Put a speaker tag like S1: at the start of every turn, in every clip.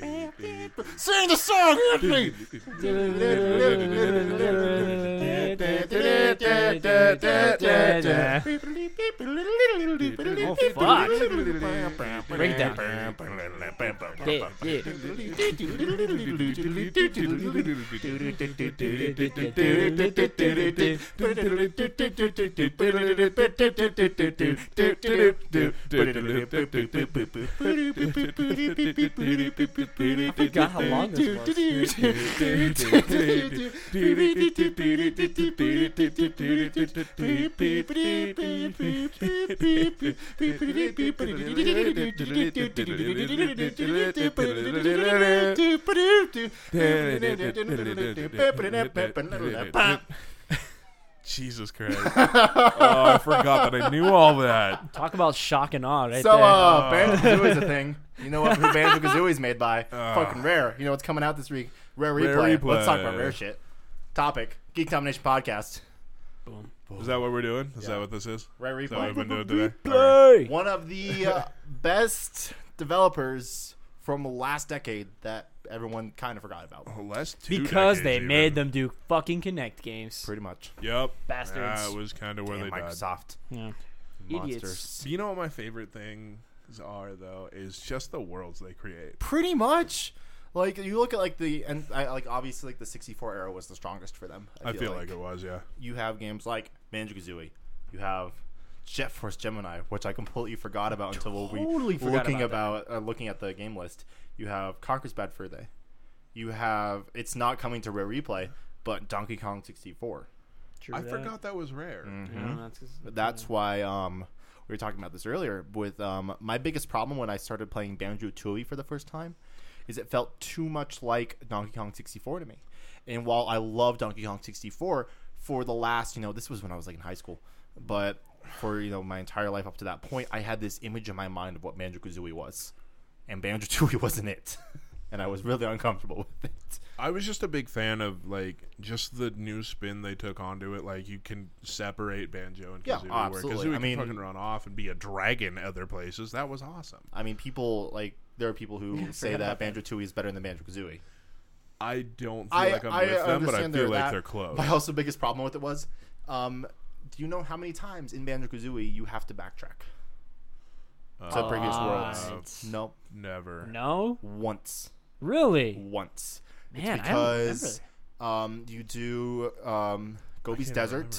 S1: Sing the song, Anthony!
S2: Oh, fuck. Break down. Yeah, yeah.
S1: I
S2: forgot how long this was.
S1: Jesus Christ. oh, I forgot that I knew all that.
S2: Talk about shock and awe right
S3: So,
S2: there.
S1: Oh.
S3: uh, Banjo Kazooie is a thing. You know what? Who Banjo Kazooie is made by? Fucking Rare. You know what's coming out this week? Rare
S1: Oh. Rare
S3: Replay. Let's talk about
S1: Replay.
S3: Rare shit. Topic Geek Domination Podcast.
S1: Is that what we're doing? Is that what this is?
S3: Rare
S1: Is that what
S3: Replay.
S1: we've been doing today?
S2: Hey!
S3: One of the uh, best developers from the last decade that everyone kind of forgot about.
S1: Alright. Last two
S2: because
S1: decades
S2: they
S1: even.
S2: made them do fucking Connect games.
S3: Pretty much.
S1: Yep.
S2: Bastards.
S1: That was kind of where
S3: And
S1: they died.
S3: Microsoft.
S2: Yeah.
S3: Monsters.
S2: Idiots.
S1: Do you know what my favorite things are though? Is just the worlds they create.
S3: Pretty much. Like you look at like the and I, like obviously like the 64 era was the strongest for them.
S1: I feel like it was, yeah.
S3: you have games like Banjo Kazooie. You have Jet Force Gemini, which I completely forgot about until
S2: Totally
S3: we were
S2: forgot
S3: looking
S2: about
S3: about, uh, looking at the game list. You have Conker's Bad Fur Day. You have it's not coming to Rare Replay, but Donkey Kong 64.
S2: True
S1: I
S2: that.
S1: forgot that was rare.
S2: Yeah, that's 'cause-
S3: That's why um, we were talking about this earlier. With um, my biggest problem when I started playing Banjo Tooie for the first time, is it felt too much like Donkey Kong 64 to me. And while I love Donkey Kong 64 for the last, you know, this was when I was like in high school, but for you know my entire life up to that point, I had this image in my mind of what Banjo Kazooie was, and Banjo Tooie wasn't it, and I was really uncomfortable with it.
S1: I was just a big fan of like just the new spin they took onto it. Like you can separate banjo and
S3: Yeah,
S1: kazooie.
S3: oh,
S1: where
S3: absolutely.
S1: Kazooie
S3: I
S1: can
S3: mean-
S1: fucking run off and be a dragon other places. That was awesome.
S3: I mean, people like there are people who say that Banjo Tooie is better than Banjo Kazooie.
S1: I don't feel
S3: I,
S1: like I'm
S3: I
S1: with them, but I feel
S3: understand they're
S1: like
S3: that.
S1: they're close.
S3: My also biggest problem with it was, um, do you know how many times in Banjo Kazooie you have to backtrack to
S1: Uh,
S3: previous
S2: Right.
S3: worlds? No,
S1: never.
S2: No?
S3: once,
S2: Really?
S3: once.
S2: Man, I don't remember.
S3: Because um, you do um, Gobi's
S1: can't
S3: Desert
S1: remember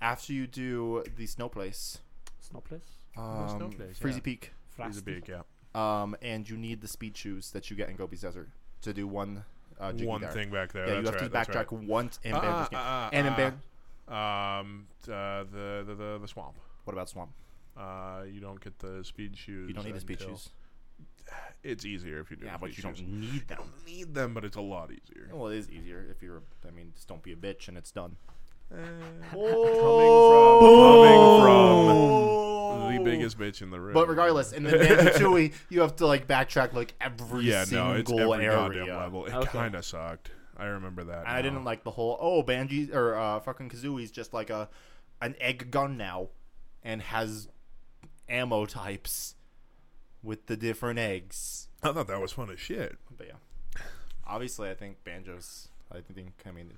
S3: after you do the Snow Place,
S2: Snowplace?
S3: um,
S1: Oh, Snow Place,
S3: Freezy
S1: yeah.
S3: Peak,
S1: He's a
S2: Frosty?
S1: big yeah.
S3: um, and you need the speed shoes that you get in Gobi's Desert to do one. Uh, jiggy
S1: One
S3: there.
S1: thing back there.
S3: Yeah, you
S1: that's
S3: have
S1: right,
S3: to
S1: that's
S3: backtrack once in
S1: Ah,
S3: Banjo's
S1: ah,
S3: game.
S1: ah,
S3: and in
S1: ah.
S3: Ban-
S1: right. Um, uh, the, the the the swamp.
S3: What about Swamp?
S1: Uh, you don't get the speed shoes.
S3: You don't need the speed
S1: until-
S3: shoes.
S1: It's easier if you do. the speed shoes.
S3: need them.
S1: don't need them, but it's a lot easier.
S3: Well, it is easier if you're. I mean, just don't be a bitch and it's done.
S1: coming from coming from the biggest bitch in the room.
S3: Oh. But regardless, in the Banjo-Tooie, you have to like backtrack like every
S1: yeah,
S3: single
S1: no, it's every
S3: area.
S1: goddamn level. It
S2: Okay.
S1: kind of sucked. I remember that.
S3: And I didn't like the whole oh Banji or uh, fucking Kazooie's just like a an egg gun now, and has ammo types with the different eggs.
S1: I thought that was fun as shit.
S3: But yeah, obviously, I think Banjo's. I think I mean,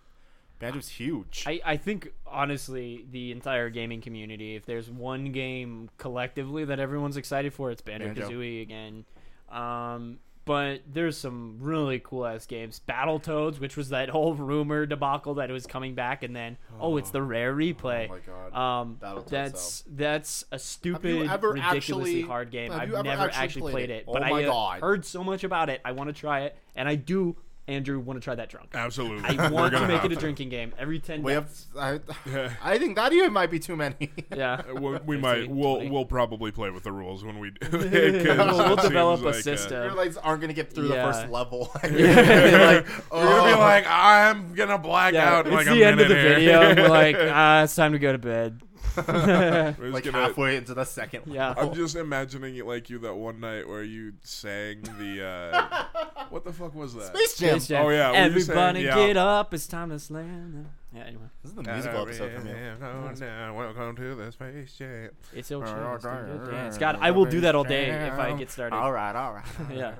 S3: Banjo's huge.
S2: I, I think honestly the entire gaming community if there's one game collectively that everyone's excited for it's
S3: Banjo.
S2: Banjo-Kazooie again um, but there's some really cool ass games Battletoads which was that whole rumor debacle that it was coming back and then oh, it's the rare replay
S3: Oh my God.
S2: um,
S3: Battletoads,
S2: that's that's a stupid
S3: ever
S2: ridiculously
S3: actually-
S2: hard game
S3: have
S2: I've
S3: you ever
S2: never
S3: actually
S2: actually
S3: played
S2: played
S3: it?
S2: it,
S3: Oh
S2: but
S3: my
S2: I uh,
S3: God.
S2: heard so much about it I want to try it and I do Andrew want to try that drunk
S1: Absolutely.
S2: I
S1: We're
S2: want to
S1: gonna
S2: make
S1: have
S2: it a drinking game every 10
S3: we
S2: minutes.
S3: have. I, I think that even might be too many.
S2: Yeah.
S1: Uh, We, we might.
S2: 15,
S1: We'll
S2: 20.
S1: we'll probably play with the rules when we do.
S2: We'll- we'll develop a
S1: uh,
S2: system.
S3: Your legs aren't gonna get through
S2: Yeah.
S3: the first level. like,
S1: We're gonna
S3: oh.
S1: be like, I'm gonna black
S2: Yeah,
S1: out in
S2: it's
S1: like a
S2: the end of the
S1: minute
S2: video.
S1: here.
S2: and We're like, ah, it's time to go to bed.
S1: We're just
S3: like
S1: gonna-
S3: halfway into the second.
S2: Yeah.
S1: I'm just imagining it like you that one night where you sang the uh, What the fuck was that?
S3: Space Jam.
S2: Space Jam.
S1: Oh, yeah, we were saying-
S2: Everybody
S1: yeah.
S2: get up. It's time to slam. the- Yeah, anyway.
S3: This is the
S1: Uh,
S3: musical episode from you.
S1: Hello, now, oh, Welcome to the Space Jam.
S2: It's El Chino. It's doing good dance. God, I will do that all day if I get started.
S3: All right, all right.
S2: Yeah.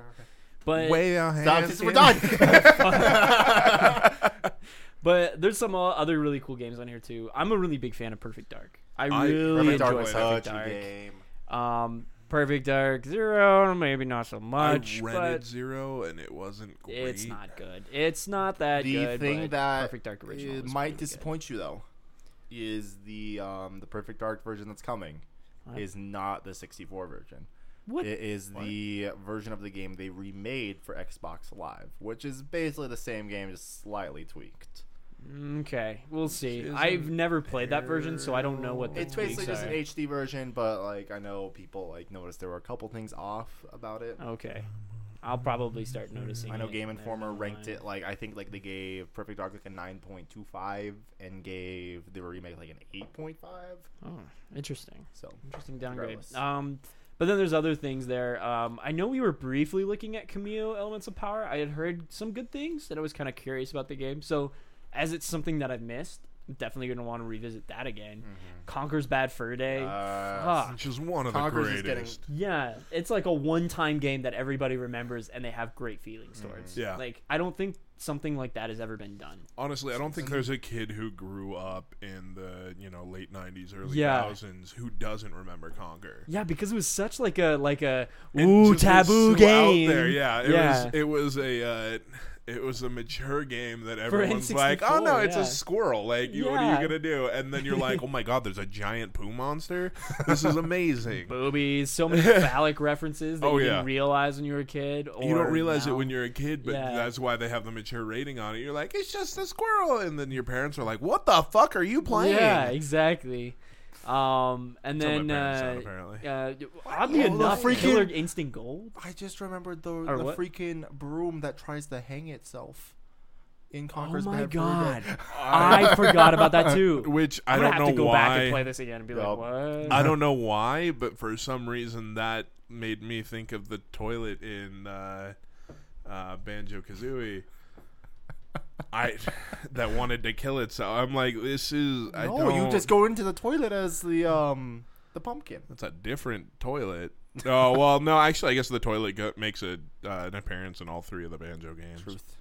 S2: But
S1: Wave your hands.
S3: Stop, since we're
S1: in-
S3: done.
S2: but there's some uh, other really cool games on here too. I'm a really big fan of Perfect Dark.
S1: I-
S2: I really
S1: Perfect
S2: enjoy
S1: Dark
S2: Perfect
S1: was
S2: Dark.
S3: such a game.
S2: Um, Perfect Dark Zero, maybe not so
S1: I
S2: much,
S1: rented
S2: but
S1: Zero and it wasn't great.
S2: it's not good. It's not that
S3: the
S2: good.
S3: thing
S2: but
S3: that
S2: Perfect Dark original
S3: it
S2: was
S3: might
S2: really good.
S3: disappoint you though is the um, the Perfect Dark version that's coming
S2: What?
S3: is not the 64 version.
S2: What?
S3: It is the version of the game they remade for Xbox Live, which is basically the same game, just slightly tweaked.
S2: Mm, Okay, we'll see.
S1: Isn't
S2: I've never played that version, so I don't know what the
S3: It's basically
S2: tweaks
S3: just an
S2: are.
S3: HD version, but like I know people like noticed there were a couple things off about it.
S2: Okay, I'll probably start noticing.
S3: I know
S2: it
S3: Game
S2: later
S3: Informer
S2: down the
S3: ranked
S2: line.
S3: it like I think like they gave Perfect Dark like a 9.25 and gave the remake like an 8.5.
S2: Oh, interesting.
S3: So
S2: Interesting downgrade.
S3: Regardless.
S2: Um, but then there's other things there. Um, I know we were briefly looking at Cameo Elements of Power. I had heard some good things, and I was kind of curious about the game. So, as it's something that I've missed, I'm definitely going to want to revisit that again. Conquer's Bad Fur Day.
S3: Mm-hmm. Uh,
S2: Fuck.
S1: Which is one of
S3: Conquerors
S1: the
S3: is getting-
S1: greatest.
S2: Yeah, it's like a one-time game that everybody remembers, and they have great feelings
S1: Mm-hmm.
S2: towards.
S1: Yeah.
S2: like I don't think something like that has ever been done.
S1: Honestly, I don't think there's a kid who grew up in the you know late '90s, early
S2: Yeah.
S1: 2000s who doesn't remember Conquer.
S2: Yeah, because it was such like a like a
S1: It just
S2: ooh
S1: was
S2: taboo
S1: so out
S2: game.
S1: there. Yeah, it
S2: yeah.
S1: was. It was a. Uh, it was a mature game that
S2: For
S1: everyone's
S2: N64,
S1: like, "Oh no, it's
S2: yeah.
S1: a squirrel! Like, you, what are
S2: Yeah.
S1: you gonna do?" And then you're like, "Oh my god, there's a giant poo monster! This is amazing!"
S2: boobies, so many phallic references that
S1: Oh,
S2: you
S1: yeah.
S2: didn't realize when you were a kid. Or
S1: you don't realize
S2: now.
S1: it when you're a kid, but
S2: Yeah.
S1: that's why they have the mature rating on it. You're like, "It's just a squirrel," and then your parents are like, "What the fuck are you playing?"
S2: Yeah, exactly. Um, and
S1: That's how
S2: then
S1: my parents sound,
S2: uh,
S1: apparently.
S2: uh, oddly
S3: Oh, the
S2: enough,
S3: freaking-
S2: Killer Instinct Gold.
S3: I just remembered the,
S2: Or
S3: the
S2: what?
S3: freaking broom that tries to hang itself in
S2: Oh
S3: Conqueror's
S2: my
S3: Bad Fur Day.
S2: god, I forgot about that too.
S1: Which I
S2: I'm
S1: don't
S2: gonna
S1: know
S2: have to go
S1: why.
S2: back and play this again and be like,
S3: Yup.
S2: what?
S3: Uh-huh.
S1: I don't know why, but for some reason that made me think of the toilet in uh, uh, Banjo Kazooie. I that wanted to kill itself. I'm like, this is. I
S3: No,
S1: don't,
S3: you just go into the toilet as the um the pumpkin.
S1: That's a different toilet. Oh well, no. Actually, I guess the toilet go- makes a uh, an appearance in all three of the banjo games.
S3: Truth.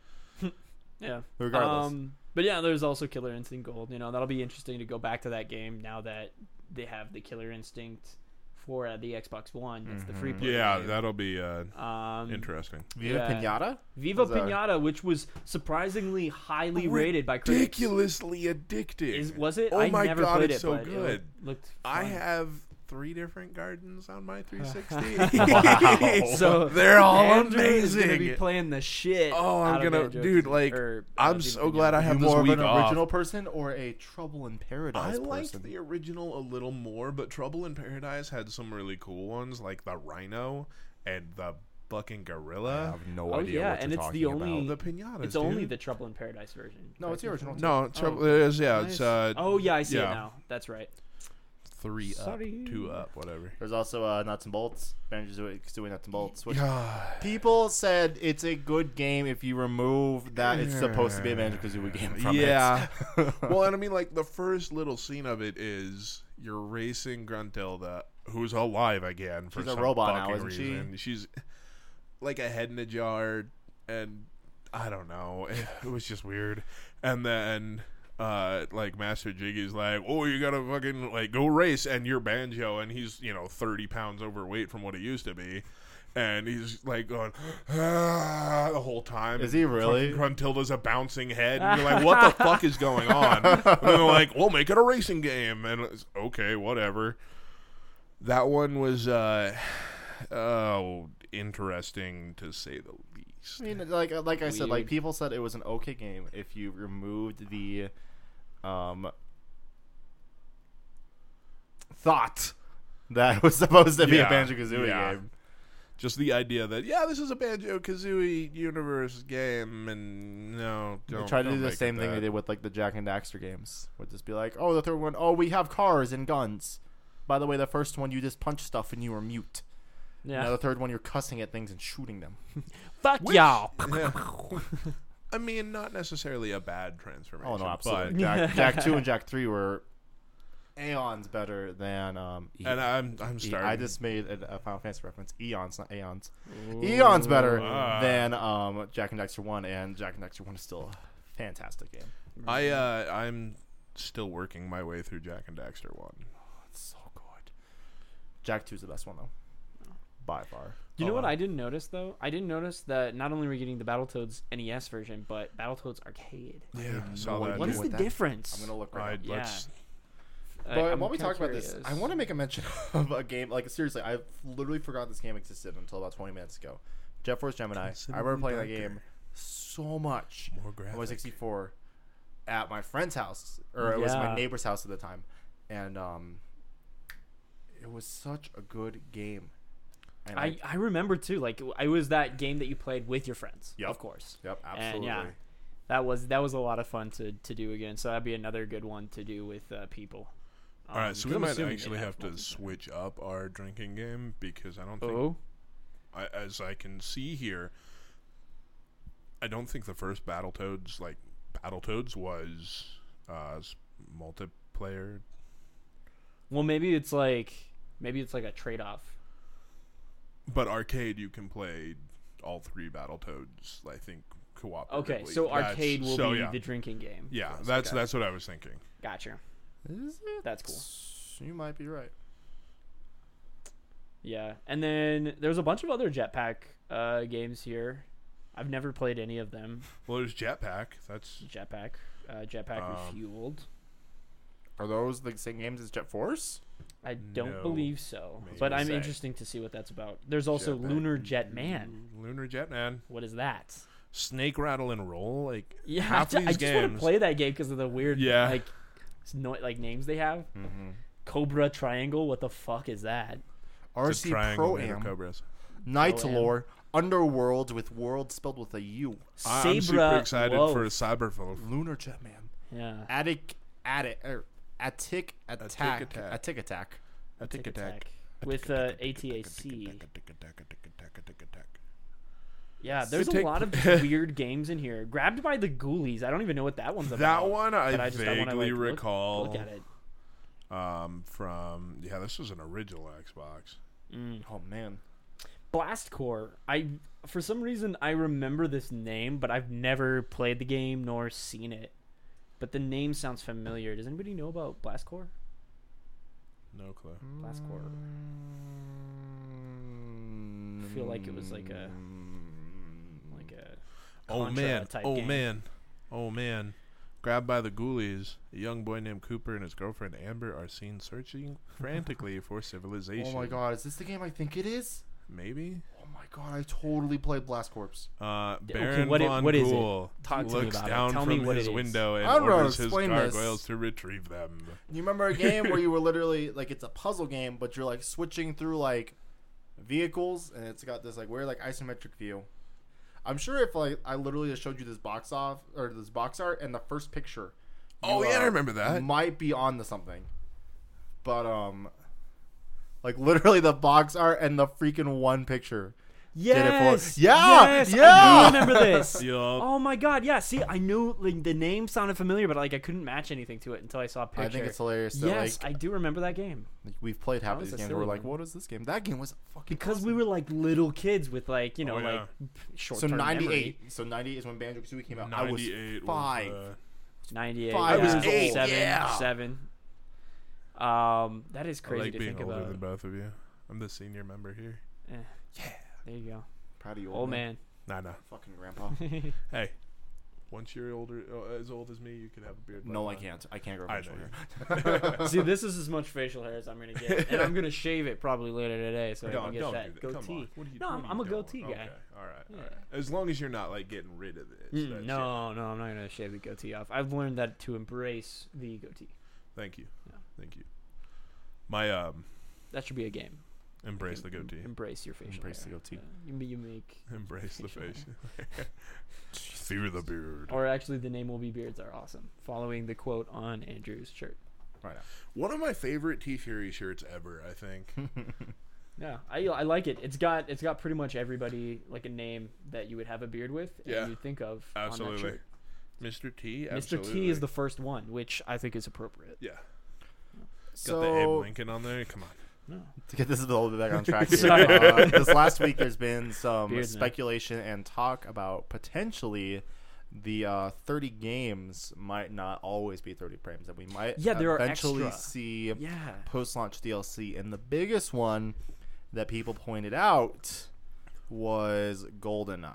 S2: Yeah.
S3: Regardless.
S2: Um, but yeah, there's also Killer Instinct Gold. You know, that'll be interesting to go back to that game now that they have the Killer Instinct for uh, the Xbox One. That's the free play.
S1: Mm-hmm. Yeah, that'll be uh,
S2: Um,
S1: interesting.
S3: Viva
S2: yeah.
S3: Pinata?
S2: Viva
S3: Was, uh,
S2: Pinata, which was surprisingly highly rated by critics.
S1: Ridiculously addicting.
S2: Is, was it?
S1: Oh
S2: I
S1: my
S2: never
S1: god,
S2: played
S1: it's
S2: it,
S1: so
S2: but it
S1: good.
S2: looked
S1: I
S2: fun.
S1: have three different gardens on my 360.
S2: So
S1: they're all
S2: Andrew is gonna be
S1: amazing.
S2: playing the shit.
S1: Oh, I'm
S2: out of
S1: gonna-
S2: Banjo
S1: dude,
S2: Kazooie-
S1: like,
S2: or, uh,
S1: I'm
S2: Viva
S1: so glad I
S2: Pinata.
S1: have
S3: you
S1: this
S3: more of
S1: week
S3: an
S1: off.
S3: original person or a Trouble in Paradise
S1: I liked
S3: person?
S1: the original a little more, but Trouble in Paradise had some really cool ones, like the Rhino and the fucking
S3: I
S1: gorilla.
S3: have no
S2: Oh,
S3: idea
S2: yeah,
S3: what
S2: and
S3: you're
S2: it's the
S3: talking
S2: only-
S3: about.
S1: The pinatas.
S2: It's only
S1: dude.
S2: the Trouble in Paradise version.
S3: No, it's the original.
S1: no trouble. it is, yeah, it's
S2: Nice.
S1: uh.
S2: Oh yeah, I see
S1: yeah.
S2: it now. That's right.
S1: Three
S2: Sorry.
S1: up, two up, whatever.
S3: There's also uh, Nuts and Bolts. Banjo's doing Nuts and Bolts. Which
S1: God.
S3: people said it's a good game if you remove that it's supposed to be a Banjo Kazooie game from
S1: yeah.
S3: it.
S1: well, and I mean, like the first little scene of it is you're racing Gruntilda, who's alive again for
S3: She's a
S1: some
S3: robot now,
S1: fucking
S3: isn't she?
S1: reason. She's like a head in a jar, and I don't know. It was just weird. And then. Uh, like Master Jiggy's like, oh, you gotta fucking like go race, and you're banjo, and he's you know thirty pounds overweight from what he used to be, and he's like going "Ah," the whole time.
S3: Is he really?
S1: Gruntilda's a bouncing head, and you're like, "What the fuck is going on?" And then they're like, "We'll make it a racing game," and it's, okay, whatever. That one was uh, oh, interesting to say the
S3: I
S1: least.
S3: mean, like uh, like I said, like
S2: Weird.
S3: people said it was an okay game if you removed the um thought that it was supposed to be
S1: Yeah,
S3: a Banjo Kazooie
S1: yeah.
S3: game.
S1: Just the idea that yeah, this is a Banjo Kazooie universe game, and no,
S3: They
S1: don't,
S3: tried to
S1: don't
S3: do the
S1: make it
S3: same thing
S1: that.
S3: they did with like the Jack and Daxter games. Would just be like, oh, the third one, oh, we have cars and guns. By the way, the first one you just punch stuff and you were mute.
S2: Yeah.
S3: Now the third one, you're cussing at things and shooting them.
S2: Fuck
S1: Which-
S2: y'all.
S1: Yeah. I mean, not necessarily a bad transformation.
S3: Oh no, absolutely.
S2: but-
S3: Jack, Jack two and Jack three were aeons better than um.
S1: But, and I'm I'm
S3: E-
S1: starting.
S3: I just made a, a Final Fantasy reference. Eons, not aeons. Eons better
S1: Ah.
S3: than um Jack and Dexter one, and Jack and Dexter one is still a fantastic game.
S1: I uh, I'm still working my way through Jack and Daxter one.
S3: It's so good. Jack two's the best one though, by far.
S2: You know
S1: Oh,
S2: what
S1: wow.
S2: I didn't notice though? I didn't notice that not only were we getting the Battletoads NES version, but Battletoads Arcade.
S1: Yeah,
S3: no
S1: saw
S3: idea
S1: that.
S2: What is
S3: what
S2: the
S3: that-
S2: difference?
S3: I'm gonna look right.
S1: I,
S3: now.
S2: Yeah.
S1: let's,
S2: I-
S3: But
S2: I'm
S3: while we
S2: kinda
S3: talk about this,
S2: curious.
S3: I want to make a mention of a game. Like seriously, I literally forgot this game existed until about 20 minutes ago. Jet Force Gemini. I remember
S1: Considerably
S3: playing that
S1: darker.
S3: game so much.
S1: More
S3: I was
S1: graphic.
S3: 64 at my friend's house, or it was my
S2: Yeah.
S3: neighbor's house at the time, and um, it was such a good game. And
S2: I, I remember too. Like I was that game that you played with your friends.
S3: Yep.
S2: Of course.
S3: yep,
S2: And
S3: absolutely.
S2: yeah, that was that was a lot of fun to to do again. So that'd be another good one to do with uh, people.
S1: all
S2: um,
S1: right, so we might actually have to
S2: Switch.
S1: switch up our drinking game because I don't think,
S2: Oh,
S1: I, as I can see here, I don't think the first Battletoads like Battletoads was uh, s- multiplayer.
S2: well, maybe it's like maybe it's like a trade off.
S1: But arcade, you can play all three Battletoads. I think cooperatively.
S2: Okay, so
S1: That's-
S2: arcade will
S1: so
S2: be
S1: yeah.
S2: the drinking game.
S1: yeah,
S3: Yes,
S1: that's
S3: okay.
S1: that's what I was thinking.
S2: Gotcha.
S3: Is it?
S2: That's cool.
S3: You might be right.
S2: Yeah, and then there's a bunch of other jetpack uh, games here. I've never played any of them.
S1: Well, there's Jetpack. That's
S2: Jetpack, uh, jetpack
S1: Um,
S2: refueled.
S3: Are those the same games as Jet Force?
S2: I don't
S1: no,
S2: believe so,
S1: maybe
S2: but
S1: we'll
S2: I'm
S1: say.
S2: interesting to see what that's about. There's also
S1: Jetpack.
S2: Lunar Jet Man.
S1: Lunar Jetman,
S2: What is that?
S1: Snake Rattle and Roll. Like
S2: Yeah,
S1: half
S2: I,
S1: these
S2: just want to
S1: games-
S2: play that game because of the weird,
S1: Yeah.
S2: like, s- no, like names they have.
S3: Mm-hmm.
S2: Cobra Triangle. What the fuck is that?
S1: it's a
S3: RC
S1: triangle
S3: Pro
S1: made of
S3: Am,
S1: Cobras.
S3: Night
S2: Pro-Am.
S3: Lore, Underworld with world spelled with a U,
S1: I- I'm super
S2: Sabra
S1: excited
S2: Loaf.
S1: for Cyberwolf.
S3: Lunar Jetman,
S2: yeah.
S3: Attic, Attic, er, Attic Attack,
S1: Attack.
S3: Attic Attack.
S1: A tick attack.
S2: with uh, ATAC. Yeah, there's a
S1: Tick-
S2: lot of weird games in here. Grabbed by the Ghoulies. I don't even know what that one's about.
S1: That one I,
S2: but I
S1: vaguely
S2: wanna, like, look-
S1: recall
S2: Look, at it.
S1: Um, from yeah, this was an original Xbox.
S2: Mm.
S3: Oh man,
S2: Blast Corps. I for some reason I remember this name, but I've never played the game nor seen it. But the name sounds familiar. Does anybody know about Blast Corps?
S1: No clue.
S2: Blast Corps. I feel like it was like a
S3: Mm.
S2: like a
S1: Oh
S2: Contra
S1: man!
S2: type
S1: Oh
S2: game.
S1: man! Oh man! Grabbed by the ghoulies, a young boy named Cooper and his girlfriend Amber are seen searching frantically for civilization.
S3: Oh my god, is this the game I think it is?
S1: Maybe.
S3: Oh my god, I totally played Blast Corps.
S1: Uh,
S2: okay,
S1: Baron
S2: what i-
S1: von
S2: what is it?
S1: Ghoul
S2: Talk to me
S1: looks
S2: about it.
S1: down
S2: Tell me
S1: from
S2: what
S1: his
S2: it is.
S1: window and
S3: I don't know,
S1: orders his
S3: explain this.
S1: gargoyles to retrieve them.
S3: You remember a game where you were literally like it's a puzzle game, but you're like switching through like vehicles, and it's got this like weird like isometric view. I'm sure if like I literally just showed you this box off or this box art and the first picture.
S1: Oh,
S3: you,
S1: yeah, I
S3: uh,
S1: remember that.
S3: Might be on to something, but um, like literally the box art and the freaking one picture.
S2: Yes.
S3: Yeah,
S2: Yes,
S3: yeah.
S2: I do remember this.
S1: Yup.
S2: Oh my god, yeah. See, I knew like the name sounded familiar, but like I couldn't match anything to it until I saw a picture.
S3: I think it's hilarious that
S2: yes,
S3: like
S2: I do remember that game
S3: we've played
S2: That
S3: half of
S2: was
S3: these
S2: a
S3: games. and
S2: silly
S3: We're like,
S2: one.
S3: what is this game? That game was fucking
S2: because
S3: awesome.
S2: we were like little kids with like you know
S1: Oh, yeah.
S2: like short.
S3: So ninety eight. So ninety eight is when Banjo Kazooie came out. I was
S1: 98 was,
S3: five.
S1: uh,
S2: 98.
S3: Five
S2: yeah.
S3: years old.
S2: Seven.
S3: Yeah.
S2: Seven. Um, that is
S1: I
S2: crazy
S1: like
S2: to
S1: being
S2: think
S1: older
S2: about.
S1: than both of you. I'm the senior member here.
S2: There you go.
S3: proud of you,
S2: Old man.
S1: Nah, nah.
S3: Fucking grandpa.
S1: Hey, once you're older, uh, as old as me, you can have a beard.
S3: no, I
S1: like mine.
S3: can't. I can't grow
S1: I
S3: facial
S1: know.
S3: hair.
S2: See, this is as much facial hair as I'm gonna get, and I'm gonna shave it probably later today, so I
S1: Don't,
S2: can get
S1: don't do
S2: that
S1: that. Come on.
S2: goatee.
S1: What are you,
S2: No,
S1: what
S2: I'm-
S1: are you
S2: I'm a
S1: doing?
S2: goatee guy.
S1: Okay. All right.
S2: Yeah.
S1: All right. As long as you're not like getting rid of this.
S2: Mm,
S1: that's it.
S2: no, no, I'm not gonna shave the goatee off. I've learned that to embrace the goatee.
S1: Thank you.
S2: Yeah.
S1: Thank you. My um,
S2: That should be a game.
S1: embrace the
S2: Em-
S1: goatee.
S2: Embrace your facial
S3: Embrace the
S2: hair.
S3: goatee.
S2: Yeah. You, ma- you make,
S1: Embrace the
S2: Facial hair.
S1: face. Fear the beard.
S2: or actually, the name will be beards are awesome. Following the quote on Andrew's shirt.
S3: Right now.
S1: One of my favorite T Fury shirts ever, I think.
S2: Yeah, I, I like it. It's got it's got pretty much everybody like a name that you would have a beard with and
S1: Yeah.
S2: you think of on that
S1: Absolutely.
S2: shirt.
S1: Mr. T.
S2: Mr. T is the first one, which I think is appropriate.
S1: yeah. Got the Abe
S3: So
S1: Lincoln on there. Come on.
S2: No.
S3: to get this a little bit back on track, here,
S2: Sorry.
S3: uh, this last week there's been some
S2: Beard man.
S3: speculation and talk about potentially the uh, 30 games might not always be 30 frames, that we might
S2: Yeah, there are
S3: eventually
S2: extra.
S3: see
S2: Yeah.
S3: post-launch DLC, and the biggest one that people pointed out was GoldenEye.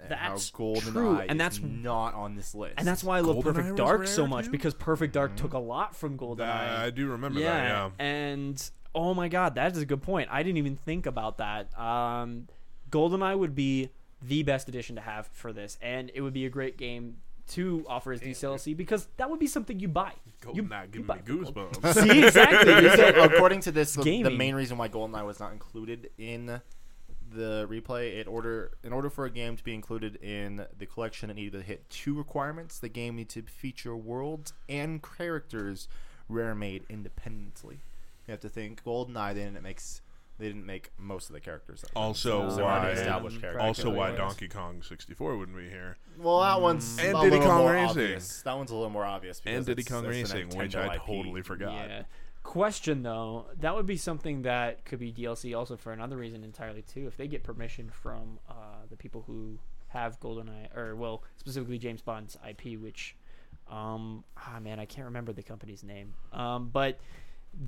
S3: And how
S2: That's
S3: GoldenEye
S2: true, and
S3: is
S2: that's-
S3: not on this list.
S2: And that's why I love
S1: GoldenEye
S2: Perfect
S1: was
S2: Dark
S1: rare,
S2: so
S1: too?
S2: much
S1: Mm-hmm.
S2: because Perfect Dark took a lot from GoldenEye.
S1: I, I do remember that.
S2: yeah,
S1: Yeah.
S2: and oh my god, that is a good point. I didn't even think about that. Um, GoldenEye would be the best addition to have for this, and it would be a great game to offer as DLC because that would be something you buy. You-
S1: GoldenEye
S2: you
S1: giving me
S2: buy-
S1: goosebumps.
S2: See exactly.
S3: They
S2: It's
S3: said,
S2: a-
S3: according to this, the, the
S2: Gaming.
S3: main reason why GoldenEye was not included in the replay, it order in order for a game to be included in the collection, it needed to hit two requirements. The game needed to feature worlds and characters rare made independently. You have to think GoldenEye. They didn't make s- they didn't make most of the characters. that-
S1: also,
S2: "Oh,
S3: Some already
S1: why?
S3: established characters.
S1: Also, why
S3: Right.
S1: Donkey Kong 64 wouldn't be here?
S3: Well, that one's
S1: Mm. And
S3: a
S1: Diddy
S3: little
S1: Kong
S3: more
S1: Racing.
S3: obvious. That one's a little more obvious.
S1: And
S3: because
S1: Diddy
S3: it's-
S1: Kong
S3: it's a
S1: Racing, which
S3: Nintendo
S1: I
S3: IP.
S1: totally forgot.
S2: Yeah. Question though, that would be something that could be DLC also for another reason entirely too. If they get permission from uh, the people who have GoldenEye or well, specifically James Bond's IP, which um, ah man, I can't remember the company's name, um, but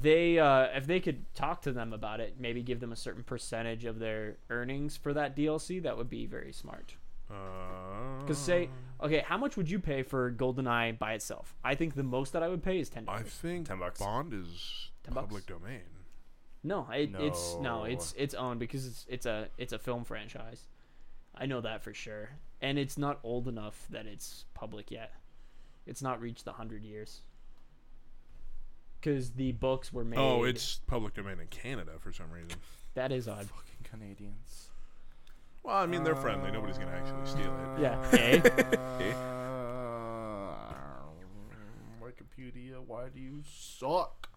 S2: they uh, if they could talk to them about it, maybe give them a certain percentage of their earnings for that DLC, that would be very smart.
S1: Uh,
S2: Because say, okay, how much would you pay for GoldenEye by itself? I think the most that I would pay is ten.
S1: I think
S3: 10 bucks.
S1: Bond is
S2: 10 bucks?
S1: public domain.
S2: No, it, it's no,
S3: No.
S2: it's it's owned because it's it's a it's a film franchise. I know that for sure, and it's not old enough that it's public yet. It's not reached the hundred years. Because the books were made.
S1: Oh, it's public domain in Canada for some reason.
S2: that is odd.
S3: Fucking Canadians.
S1: Well, I mean, they're friendly. Nobody's gonna actually steal
S3: Uh,
S1: it.
S2: Yeah. Eh?
S1: Eh?
S3: Wikipedia, why do you suck?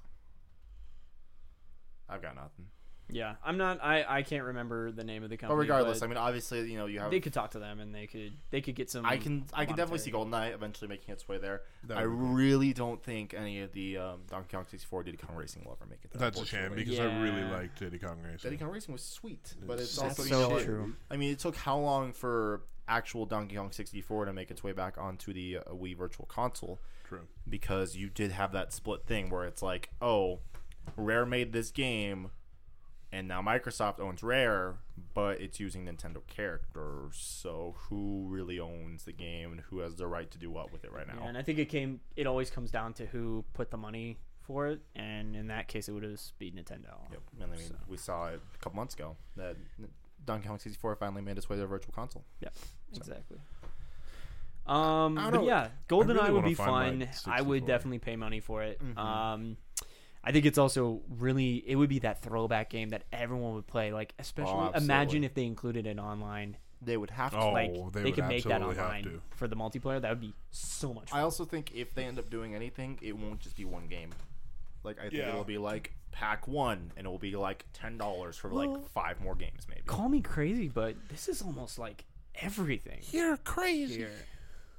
S3: I've got nothing.
S2: Yeah, I'm not. I I can't remember the name of the company.
S3: But regardless,
S2: but
S3: I mean, obviously, you know, you have.
S2: they could talk to them and they could they could get some.
S3: I can, I can definitely
S2: monetary.
S3: see GoldenEye eventually making its way there.
S1: That
S3: I
S1: would be cool.
S3: really don't think any of the um, Donkey Kong 64 Diddy Kong Racing will ever make it. There,
S1: That's a shame
S3: unfortunately.
S1: because I really
S2: Yeah.
S1: liked Diddy Kong Racing.
S3: Diddy Kong Racing was sweet, but it's
S1: That's
S3: also
S2: That's
S3: you know,
S2: so
S3: it-
S2: true.
S3: I mean, it took how long for actual Donkey Kong 64 to make its way back onto the uh, Wii Virtual Console?
S1: True.
S3: because you did have that split thing where it's like, oh, Rare made this game, and now Microsoft owns Rare, but it's using Nintendo characters. So who really owns the game and who has the right to do what with it right now?
S2: Yeah, and I think it came. It always comes down to who put the money for it, and in that case, it would have be Nintendo.
S3: Yep. And I mean, we saw it a couple months ago that Donkey Kong 64 finally made its way to Virtual Console.
S2: Yeah, exactly. Um,
S3: I don't
S2: but
S3: know.
S2: yeah, GoldenEye
S1: really
S2: would
S1: wanna
S2: be
S1: find my Mm-hmm.
S2: fun. I would
S1: 64.
S2: definitely pay money for it. Um, I think it's also really it would be that throwback game that everyone would play. Like especially imagine
S3: absolutely.
S2: if they included it online.
S3: They would have to.
S1: Oh,
S2: Like
S1: they
S2: they,
S1: would
S2: could make that
S1: absolutely have
S2: online
S1: to.
S2: for the multiplayer. That would be so much
S3: I
S2: fun.
S3: also think if they end up doing anything, it won't just be one game. Like I think
S1: Yeah.
S3: it'll be like pack one, and it will be like ten dollars for
S2: Well-
S3: like five more games, maybe.
S2: Call me crazy, but this is almost like everything.
S1: You're crazy.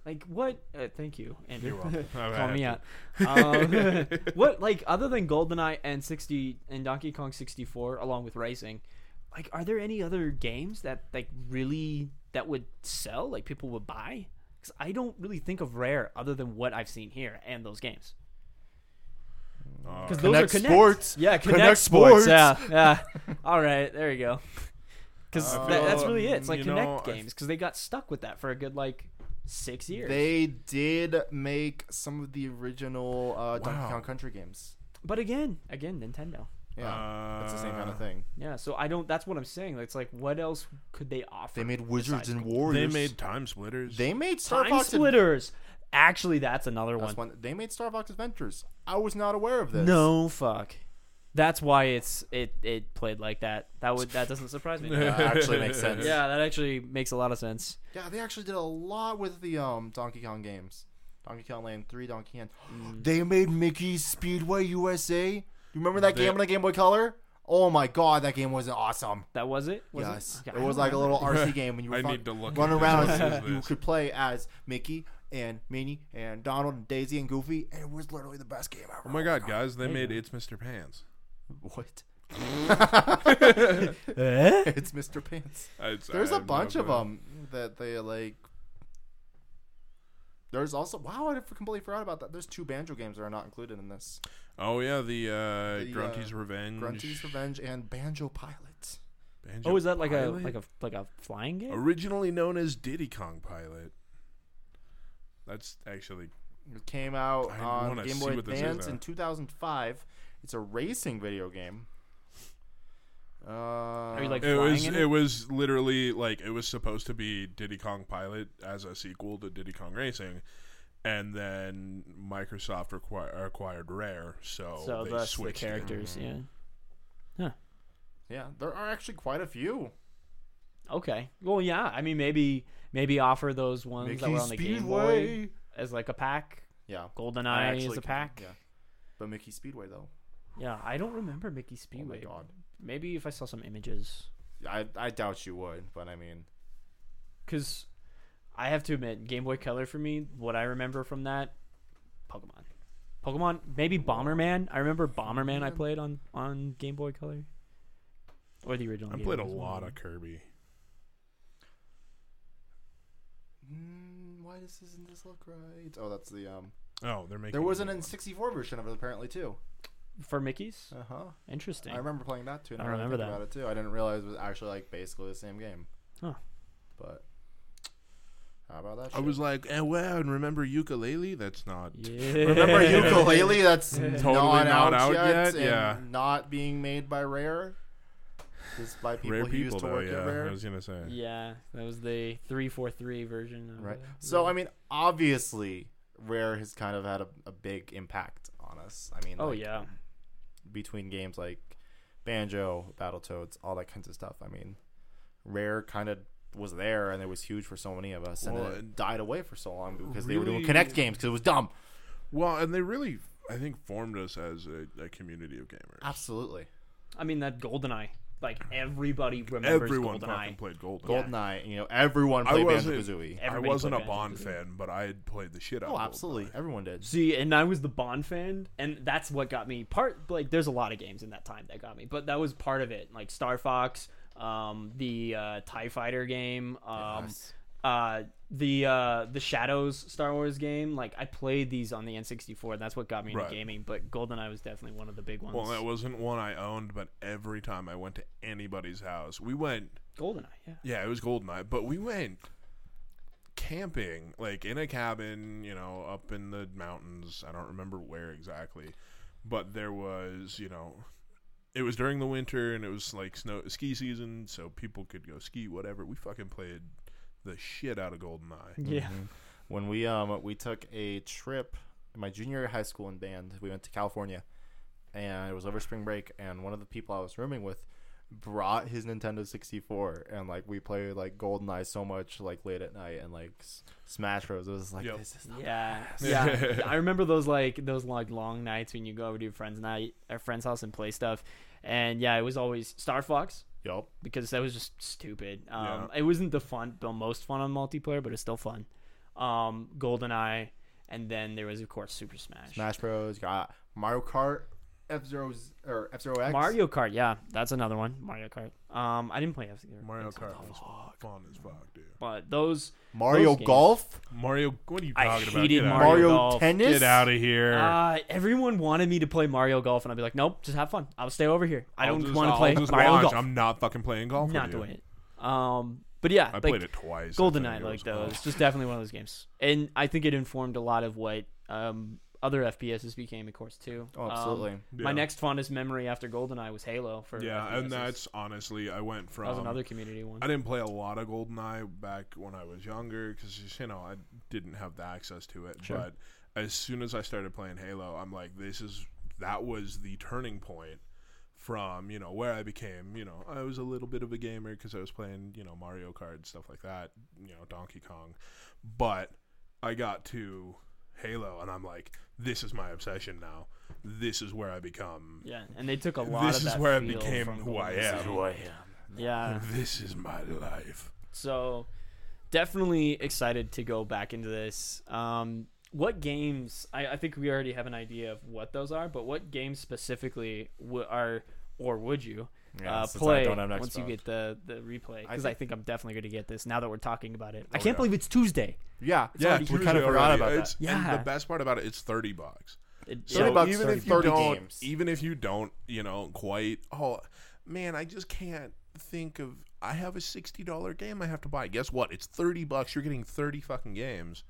S2: Like what? Uh, thank you, Andrew.
S1: You're welcome. I
S2: Call
S1: had
S2: me
S1: to.
S2: out. Um, what like other than GoldenEye and sixty and Donkey Kong sixty four, along with Racing, like are there any other games that like really that would sell? Like people would buy? Because I don't really think of Rare other than what I've seen here and those games.
S1: All
S2: Because
S1: right.
S2: those
S3: Uh, Connect
S2: are Connect
S3: Sports.
S2: Yeah, Connect,
S3: Connect
S2: Sports.
S3: Sports.
S2: Yeah, yeah. All right, there you go. Because
S1: I feel-
S2: that's really it. It's like
S1: you
S2: Connect
S1: know, I-
S2: games because they got stuck with that for a good like six years.
S3: They did make some of the original uh,
S1: Wow.
S3: Donkey Kong Country games.
S2: but again, again, Nintendo.
S3: Yeah, it's the same kind
S1: Uh,
S3: of thing.
S2: Yeah, so I don't. That's what I'm saying. It's like, what else could they offer?
S3: They made Wizards
S2: besides
S3: and
S2: Goldeneye?
S1: They
S3: Warriors.
S1: made Time Splitters.
S3: they made Star
S2: time
S3: Fox. Ad-
S2: splitters. Actually, that's another
S3: That's
S2: one.
S3: one- They made Star Fox Adventures. I was not aware of this.
S2: No fuck. That's why it's it it played like that. That would that doesn't surprise me.
S3: That actually makes sense.
S2: yeah, that actually makes a lot of sense.
S3: Yeah, they actually did a lot with the um, Donkey Kong games. Donkey Kong Land 3, Mm. Donkey Kong. They made Mickey's Speedway USA. You remember that
S1: They-
S3: game on the Game Boy Color? Oh my god, that game was awesome.
S2: That was it. Was
S3: yes,
S2: Okay,
S3: it
S2: I
S3: was
S2: don't
S3: like a
S2: remember.
S3: little RC game when you were
S1: I
S3: fun-
S1: need to look
S3: run
S1: at this.
S3: around.
S1: What is
S3: you
S1: this?
S3: could play as Mickey and Minnie and Donald and Daisy and Goofy, and it was literally the best game ever.
S1: Oh my god, guys, they
S2: There you
S1: made It's Mr. Pants.
S3: What?
S2: Eh?
S3: it's Mr. Pants.
S1: It's-
S3: There's
S1: I
S3: a
S1: have
S3: bunch
S1: no
S3: of
S1: clue.
S3: them that they like. There's also wow, I completely forgot about that. There's two banjo games that are not included in this:
S1: Oh yeah, the, uh,
S3: The, uh,
S1: Grunty's Revenge.
S3: Grunty's Revenge and Banjo Pilot.
S1: Banjo
S2: Oh, is that like a
S1: Pilot?
S2: like a like a flying game?
S1: originally known as Diddy Kong Pilot? That's actually
S3: It came out
S1: I
S3: on
S1: wanna
S3: Game
S1: see
S3: Boy
S1: what this is
S3: Advance
S1: now.
S3: in 2005. It's a racing video game. Uh, Are
S2: you, like,
S1: it
S2: flying
S1: was
S2: in
S1: it?
S2: it?
S1: was literally like it was supposed to be Diddy Kong Pilot as a sequel to Diddy Kong Racing, and then Microsoft requi- acquired Rare, so,
S3: Oh,
S2: so
S1: they
S2: that's the
S1: switched it.
S2: characters. Yeah.
S3: Yeah, there are actually quite a few.
S2: Okay. Well, yeah. I mean, maybe maybe offer those ones that were on the Game Boy as like a pack.
S3: Yeah,
S2: Golden
S3: I
S2: Eye
S3: actually
S2: is a
S3: can-
S2: pack.
S3: Yeah, but Mickey Speedway though.
S2: Yeah, I don't remember Mickey
S3: Oh my
S2: Speedway.
S3: god,
S2: Maybe if I saw some images,
S3: I I doubt you would, but I mean,
S2: because I have to admit, Game Boy Color for me, what I remember from that, Pokemon, Pokemon, maybe Bomberman. I remember Bomberman. I played on on Game Boy Color, or the original.
S1: I
S2: Game
S1: played a
S2: Boy as well.
S1: lot of Kirby.
S3: mm, why does doesn't this look right? Oh, that's the um.
S1: Oh, they're making.
S3: There was
S1: a
S3: an
S1: new one.
S3: N64 version of it apparently too.
S2: for Mickey's.
S3: Uh huh.
S2: Interesting.
S3: I remember playing that too. And
S2: I
S3: I really
S2: remember
S3: think
S2: that.
S3: about it too. I didn't realize it was actually like basically the same game.
S2: Huh.
S3: But how about that?
S1: I was like, and wow, and remember ukulele? That's not.
S2: Yeah.
S3: remember ukulele that's
S1: Totally
S3: not, out,
S1: yet?
S3: yet.
S1: Yeah.
S3: and not being made by Rare. Just by people
S1: Rare
S3: who
S1: people,
S3: used to
S1: though.
S3: work
S1: Yeah,
S3: at Rare.
S1: I was gonna say.
S2: Yeah, that was the three four three version. Of uh,
S3: Right.
S2: it.
S3: So I mean, obviously, Rare has kind of had a, a big impact on us. I mean,
S2: Oh
S3: like,
S2: yeah.
S3: between games like Banjo, Battletoads, all that kinds of stuff. I mean, Rare kind of was there and it was huge for so many of us, and
S1: Well,
S3: then it
S1: and
S3: died away for so long because they were doing
S1: really-
S3: Connect games because it was dumb.
S1: Well, and they really, I think, formed us as a, a community of gamers.
S3: Absolutely,
S2: I mean that GoldenEye. Like everybody remembers
S1: Everyone fucking
S2: GoldenEye.
S1: played Golden.
S2: Yeah.
S3: GoldenEye. You know, everyone
S1: I
S3: played Banjo
S1: wasn't-
S3: Kazooie.
S1: I
S2: Everybody
S1: wasn't a
S2: played Banjo
S1: Bond
S2: Kazooie.
S1: fan, but I had played the shit out.
S3: Oh,
S1: of Golden
S3: absolutely, everyone did.
S2: See, and I was the Bond fan, and that's what got me part. Like, there's a lot of games in that time that got me, but that was part of it. Like Star Fox, um, the uh, Tie Fighter game, um,
S3: Yes.
S2: uh, the uh, the Shadows Star Wars game. Like, I played these on the N64, and that's what got me into
S1: Right.
S2: gaming. But GoldenEye was definitely one of the big ones.
S1: Well, that wasn't one I owned, but every time I went to anybody's house, we went.
S2: GoldenEye, yeah.
S1: Yeah, it was Goldeneye, but we went camping, like in a cabin, you know, up in the mountains. I don't remember where exactly, but there was, you know, it was during the winter and it was like snow ski season, so people could go ski, whatever. We fucking played the shit out of Goldeneye.
S2: Yeah.
S3: Mm-hmm. when we um we took a trip in my junior year of high school in band we went to california and it was over spring break and one of the people i was rooming with brought his nintendo 64 and like we played like goldeneye so much like late at night and like S- smash bros it was like
S1: Yep.
S3: this is
S2: Yeah, yeah. I remember those like those like long nights when you go over to your friend's night, our friend's house, and play stuff. And yeah, it was always Star Fox
S3: yup
S2: because that was just stupid. Um, It wasn't the fun, the most fun on multiplayer, but it's still fun. Um, GoldenEye, and then there was of course Super Smash,
S3: smash bros got mario kart f zeros or f zero x
S2: Mario Kart. Yeah, that's another one. Mario Kart. Um, I didn't play F Zero,
S1: Mario Kart was fun as fuck, dude.
S2: but those
S3: mario
S2: Those games.
S3: golf
S1: Mario, what are you
S2: I
S1: talking about?
S2: hated
S1: Get out of
S2: Mario
S3: mario
S2: Golf.
S1: here.
S3: tennis
S1: Get out of here.
S2: Uh, everyone wanted me to play Mario Golf, and I'd be like, "Nope, just have fun. I'll stay over here. I
S1: I'll
S2: don't
S1: just-
S2: want to
S1: I'll
S2: play
S1: just
S2: Mario
S1: watch.
S2: Golf.
S1: I'm not fucking playing golf.
S2: not
S1: with you.
S2: doing it. Um, but yeah,
S1: I
S2: like,
S1: played it twice. I
S2: GoldenEye,
S1: think it
S2: like
S1: was
S2: though,
S1: fun.
S2: it's just definitely one of those games, and I think it informed a lot of what um, other FPSs became, of course, too.
S3: Oh,
S2: Um,
S3: absolutely
S2: My
S1: Yeah.
S2: next fondest memory after GoldenEye was Halo. For
S1: Yeah,
S2: FPSs.
S1: and that's honestly, I went from
S2: that was another community one.
S1: I didn't play a lot of GoldenEye back when I was younger because you know I didn't have the access to it.
S2: Sure.
S1: But as soon as I started playing Halo, I'm like, this is that was the turning point from you know where I became you know I was a little bit of a gamer because I was playing you know Mario Kart and stuff like that, you know Donkey Kong, but I got to Halo, and I'm like, this is my obsession now. This is where I become.
S2: Yeah, and they took a lot
S1: This
S2: of
S1: is
S2: that
S1: where I
S2: feel
S1: became
S2: from
S1: who
S2: the
S1: I
S2: Wii.
S1: am.
S3: I am.
S2: Yeah.
S1: This is my life.
S2: So definitely excited to go back into this. Um, what games? I, I think we already have an idea of what those are, but what games specifically w- are or would you
S3: Yeah,
S2: uh,
S3: since I
S2: play
S3: don't have an
S2: once you
S3: Xbox.
S2: get the the replay?
S3: I
S2: Because I, think I'm definitely going to get this now that we're talking about it. I
S1: Oh,
S2: can't
S1: yeah.
S2: believe it's Tuesday.
S3: Yeah, it's
S1: yeah,
S3: already- we
S1: Tuesday
S3: kind of forgot
S1: already.
S3: about
S1: it's,
S3: that.
S1: And
S2: Yeah.
S1: the best part about it, it's thirty bucks.
S2: It-
S3: Sorry
S1: So
S3: about
S1: even
S3: 30
S1: if you don't,
S3: games.
S1: even if you don't, you know, quite. Oh man, I just can't think of. I have a sixty dollar game I have to buy. Guess what? It's thirty bucks. You're getting thirty fucking games.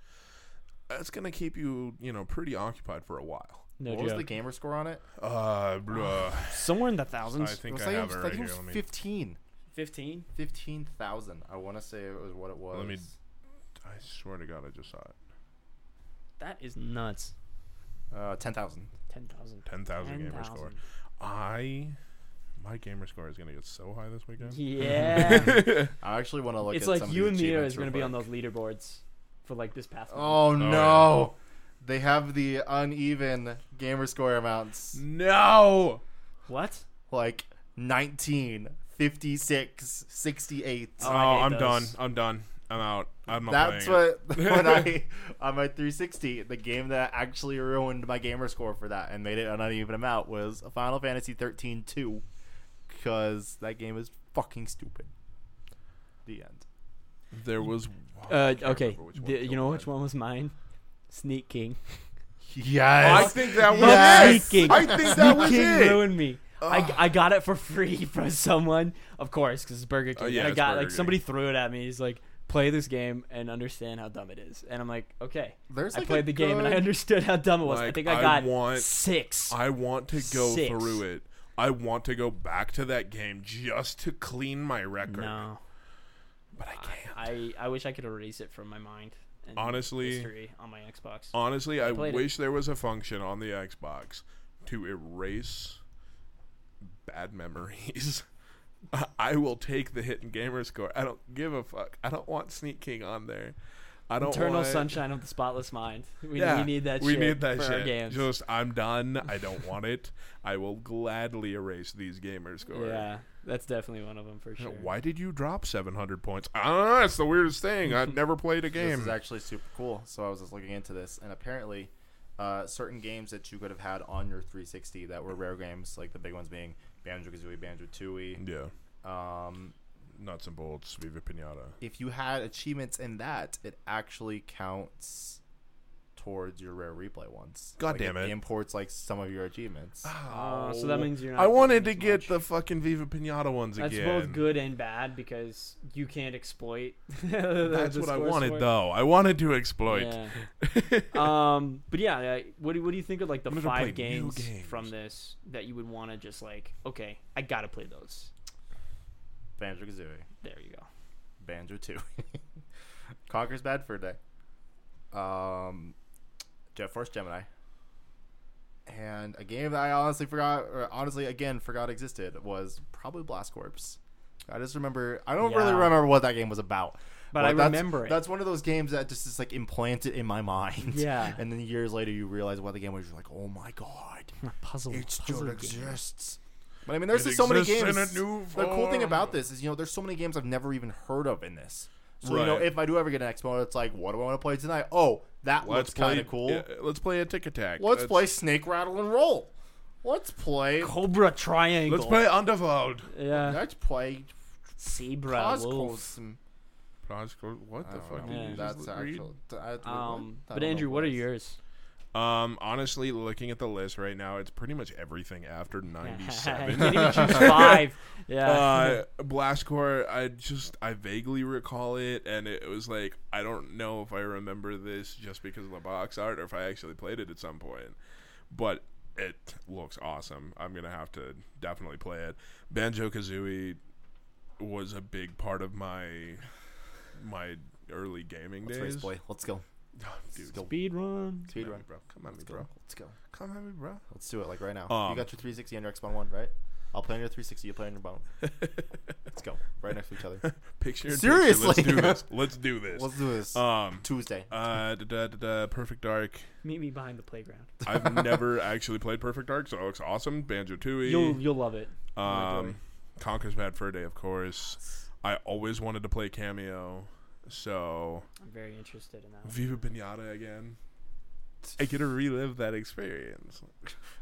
S1: That's gonna keep you, you know, pretty occupied for a while.
S2: no
S3: What
S2: joke.
S3: was the gamer score on it?
S1: Uh, bruh.
S3: Ah.
S2: Somewhere in the
S1: I
S2: thousands.
S3: It
S1: think
S3: was
S1: I
S3: like, it
S1: have
S3: was,
S1: it
S3: I
S1: right
S3: think
S1: here.
S3: it was
S1: Let me
S3: 15.
S2: Fifteen.
S3: 15,000. I want to say it was what it was.
S1: Let me- I swear to God, I just saw it.
S2: That is nuts.
S3: Uh, 10,000.
S2: Ten thousand.
S1: 10,000 gamer score. I. My gamer score is going to get so high this weekend.
S2: Yeah.
S3: I actually want to look
S2: it's
S3: at
S2: like
S3: some
S2: you
S3: of
S2: and
S3: the
S2: me
S3: achievements
S2: is going to
S3: real
S2: be on
S3: quick.
S2: those leaderboards for like this past. month.
S3: Oh,
S1: yeah.
S3: no. They have the uneven gamer score amounts
S1: No!
S2: What?
S3: like 19, 56, 68.
S1: Oh,
S2: Oh, I hate
S1: I'm
S2: those.
S1: done. I'm done. I'm out. I'm not
S3: That's
S1: playing. it.
S3: what when I on my 360, the game that actually ruined my gamer score for that and made it an uneven amount was Final Fantasy 13 2, because that game is fucking stupid. The end.
S1: There was. I
S2: Uh,
S1: can't
S2: okay.
S1: remember which one
S2: D-
S1: killed
S2: you know which
S1: mine.
S2: one was mine? Sneak King.
S1: I
S3: Yes.
S1: think that was
S3: Yes.
S1: it.
S2: Sneaking.
S1: I think that was
S2: King
S1: it.
S2: ruined me. I, I got it for free from someone, of course, because it's Burger King.
S1: Oh, yeah,
S2: and I
S1: it's
S2: got
S1: Burger
S2: like
S1: King.
S2: somebody threw it at me. He's like, "Play this game and understand how dumb it is." And I'm like, "Okay."
S3: There's
S2: I
S3: like a
S2: played the game and I
S3: good-
S2: understood how dumb it was. I
S1: Like,
S2: think I
S1: I
S2: got
S1: want-
S2: six.
S1: I want to go
S2: Six.
S1: through it. I want to go back to that game just to clean my record.
S2: no,
S1: But I can't.
S2: I I wish I could erase it from my mind. And
S1: Honestly-
S2: history on my Xbox.
S1: Honestly, I,
S2: played it.
S1: wish there was a function on the Xbox to erase bad memories. I- I will take the hit in gamer score. I don't give a fuck. I don't want Sneak King on there. I don't
S2: Eternal
S1: want
S2: Sunshine of the Spotless Mind. We,
S1: Yeah,
S2: we need that.
S1: We
S2: shit
S1: need that
S2: for Our
S1: shit.
S2: games.
S1: Just I'm done. I don't want it. I will gladly erase these gamer scores.
S2: Yeah, that's definitely one of them for sure.
S1: Why did you drop 700 points? I don't know. It's the weirdest thing. I've never played a
S3: This
S1: game.
S3: is actually super cool. So I was just looking into this, and apparently, uh, certain games that you could have had on your 360 that were rare games, like the big ones being Banjo Kazooie, Banjo Tooie.
S1: yeah,
S3: Um,
S1: nuts and bolts. Viva Pinata.
S3: if you had achievements in that, it actually counts towards your rare replay ones.
S1: God
S3: Like,
S1: damn it. Ah.
S3: Imports like some of your achievements.
S2: Oh, so that means you're not.
S1: I wanted to
S2: getting
S1: get
S2: as
S1: the
S2: much.
S1: fucking Viva Pinata ones
S2: That's
S1: again.
S2: both good and bad because you can't exploit.
S1: That's what I wanted though. I wanted to exploit.
S2: um, but yeah, like, what do what do you think of like the
S1: I'm gonna play new
S2: five games,
S1: games.
S2: from this that you would want to just like? Okay, I gotta play those.
S3: Banjo Kazooie,
S2: There you go.
S3: Banjo Two, Conker's Bad Fur Day, um, Jet Force Gemini, and a game that I honestly forgot, or honestly again forgot existed was probably Blast Corps. I just remember. I don't really
S2: Yeah.
S3: remember what that game was about.
S2: But I
S3: that's-
S2: remember it.
S3: That's one of those games that just is like implanted in my mind.
S2: Yeah.
S3: And then years later, you realize what the game was. You're like, oh my god,
S2: Puzzle.
S3: it still
S2: puzzle game.
S3: exists. But I mean, there's
S1: It
S3: just so many
S1: exists
S3: games.
S1: in a new
S3: the cool thing
S1: form.
S3: about this is, you know, there's so many games I've never even heard of in this. So you know,
S1: Right.
S3: if I do ever get an Expo, it's like, what do I want to play tonight? Oh, that
S1: Let's
S3: looks kind
S1: play.
S3: of cool.
S1: yeah, let's play a Tick Attack.
S3: Let's play Snake Rattle and Roll. Let's play.
S2: Cobra Triangle.
S1: Let's play Underworld.
S2: Yeah.
S3: Let's play
S2: Zebra. Wolf.
S3: Cosmos.
S1: What the fuck?
S2: know.
S1: Did you
S3: That's
S1: just read?
S3: actual. I- I
S2: Um,
S3: don't
S2: but
S3: know
S2: Andrew, what are
S3: else.
S2: yours?
S1: Um, honestly, looking at the list right now, it's pretty much everything after
S2: you
S1: '97.
S2: didn't even choose five. Yeah.
S1: uh, Blastcore, I just I vaguely recall it, and it was like I don't know if I remember this just because of the box art, or if I actually played it at some point. But it looks awesome. I'm gonna have to definitely play it. Banjo Kazooie was a big part of my my early gaming
S3: Let's race
S1: days.
S3: play. Let's go.
S1: Dude,
S3: Let's go.
S2: Speed run.
S1: come at
S3: Speed run.
S1: me, bro. Come at me,
S3: Let's go.
S1: bro.
S3: Let's go.
S1: Come at me, bro.
S3: Let's do it like right now.
S1: Um,
S3: you got your 360 and your Xbox One, right? I'll play on your 360. You play on your bone. Let's go right next to each other.
S1: Picture in
S3: Seriously.
S1: Picture. Let's do this. Let's
S3: Let's
S1: do
S3: do this
S1: this. Um.
S3: Tuesday.
S1: Uh. Da, da, da, da, Perfect Dark.
S2: Meet me behind the playground.
S1: I've never actually played Perfect Dark, so it looks awesome. Banjo
S2: You'll
S1: Tooie.
S2: you'll love it.
S1: Um. Conker's Bad Fur Day, of course. I always wanted to play Cameo, so
S2: I'm very interested in that.
S1: Viva Pinata again. I get to relive that experience.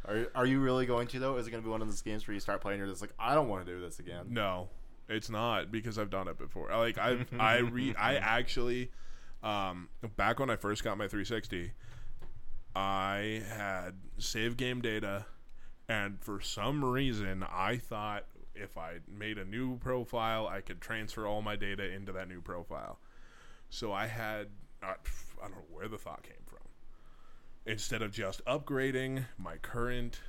S3: Are, are you really going to though? Is it going to be one of those games where you start playing, you're just like, I don't want to do this again.
S1: No, it's not because I've done it before. I, Like I, I re, I actually, um, back when I first got my 360, I had save game data, and for some reason, I thought if I made a new profile, I could transfer all my data into that new profile. So I had, I I don't know where the thought came from. Instead of just upgrading my current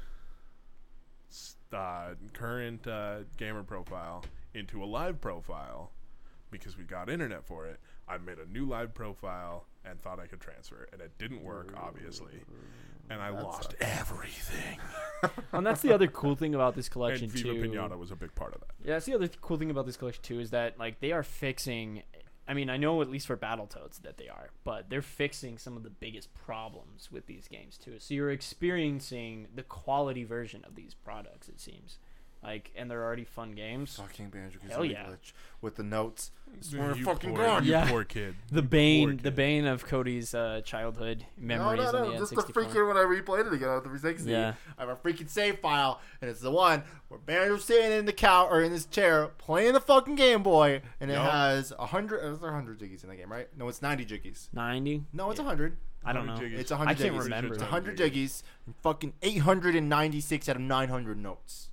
S1: s- uh, current uh, gamer profile into a live profile because we got internet for it. I made a new live profile and thought I could transfer it, and it didn't work, obviously. And I
S3: That
S1: lost
S3: sucks.
S1: everything.
S2: And that's the other cool thing about this collection
S1: And Viva
S2: too.
S1: Pinata was a big part of that.
S2: Yeah, that's the other th- cool thing about this collection too is that like they are fixing. I mean, I know at least for Battletoads that they are, but they're fixing some of the biggest problems with these games too. So you're experiencing the quality version of these products, it seems. Like, and they're already fun games.
S3: Fucking Banjo
S2: Hell yeah.
S3: glitch with the notes.
S1: Dude,
S3: where
S1: you
S3: fucking
S1: poor,
S3: gone.
S1: You
S2: Yeah.
S1: poor kid.
S2: The
S1: You poor
S2: bane, the
S1: kid.
S2: bane of Cody's uh, childhood memories
S3: no, no,
S2: on
S3: no!
S2: the
S3: Just the
S2: N64.
S3: freaking when I replayed it again on 360.
S2: Yeah.
S3: I have a freaking save file, and it's the one where Banjo's sitting in the couch or in his chair playing the fucking Game Boy, and it
S1: Yup.
S3: has a hundred. There's a hundred jiggies in the game, right? No, it's ninety jiggies.
S2: Ninety.
S3: No, it's a hundred.
S2: I don't know.
S1: Jiggies.
S3: It's a hundred.
S2: I can't
S3: jiggies.
S2: remember.
S3: It's a hundred jiggies. And fucking eight hundred and ninety-six out of nine hundred notes.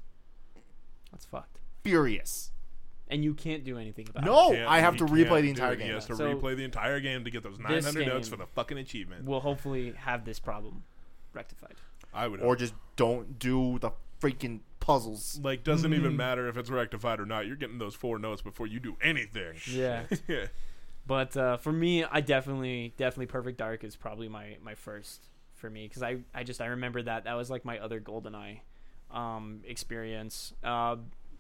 S2: That's fucked.
S3: Furious.
S2: And you can't do anything about it.
S3: No,
S1: Can't-
S3: Oh, I have
S1: he
S3: to
S1: can't
S3: replay
S1: do
S3: the entire
S1: it. He
S3: game.
S1: has to
S2: So-
S1: replay the entire game to get those
S2: This
S1: 900 notes
S2: game-
S1: for the fucking achievement.
S2: We'll hopefully have this problem rectified.
S1: I would.
S3: Or just don't do the freaking puzzles.
S1: like doesn't
S2: Mm-hmm.
S1: even matter if it's rectified or not. You're getting those four notes before you do anything.
S2: Yeah.
S1: yeah.
S2: But uh, for me, I definitely, definitely, Perfect Dark is probably my my first for me because I I just I remember that that was like my other GoldenEye um, experience. Uh,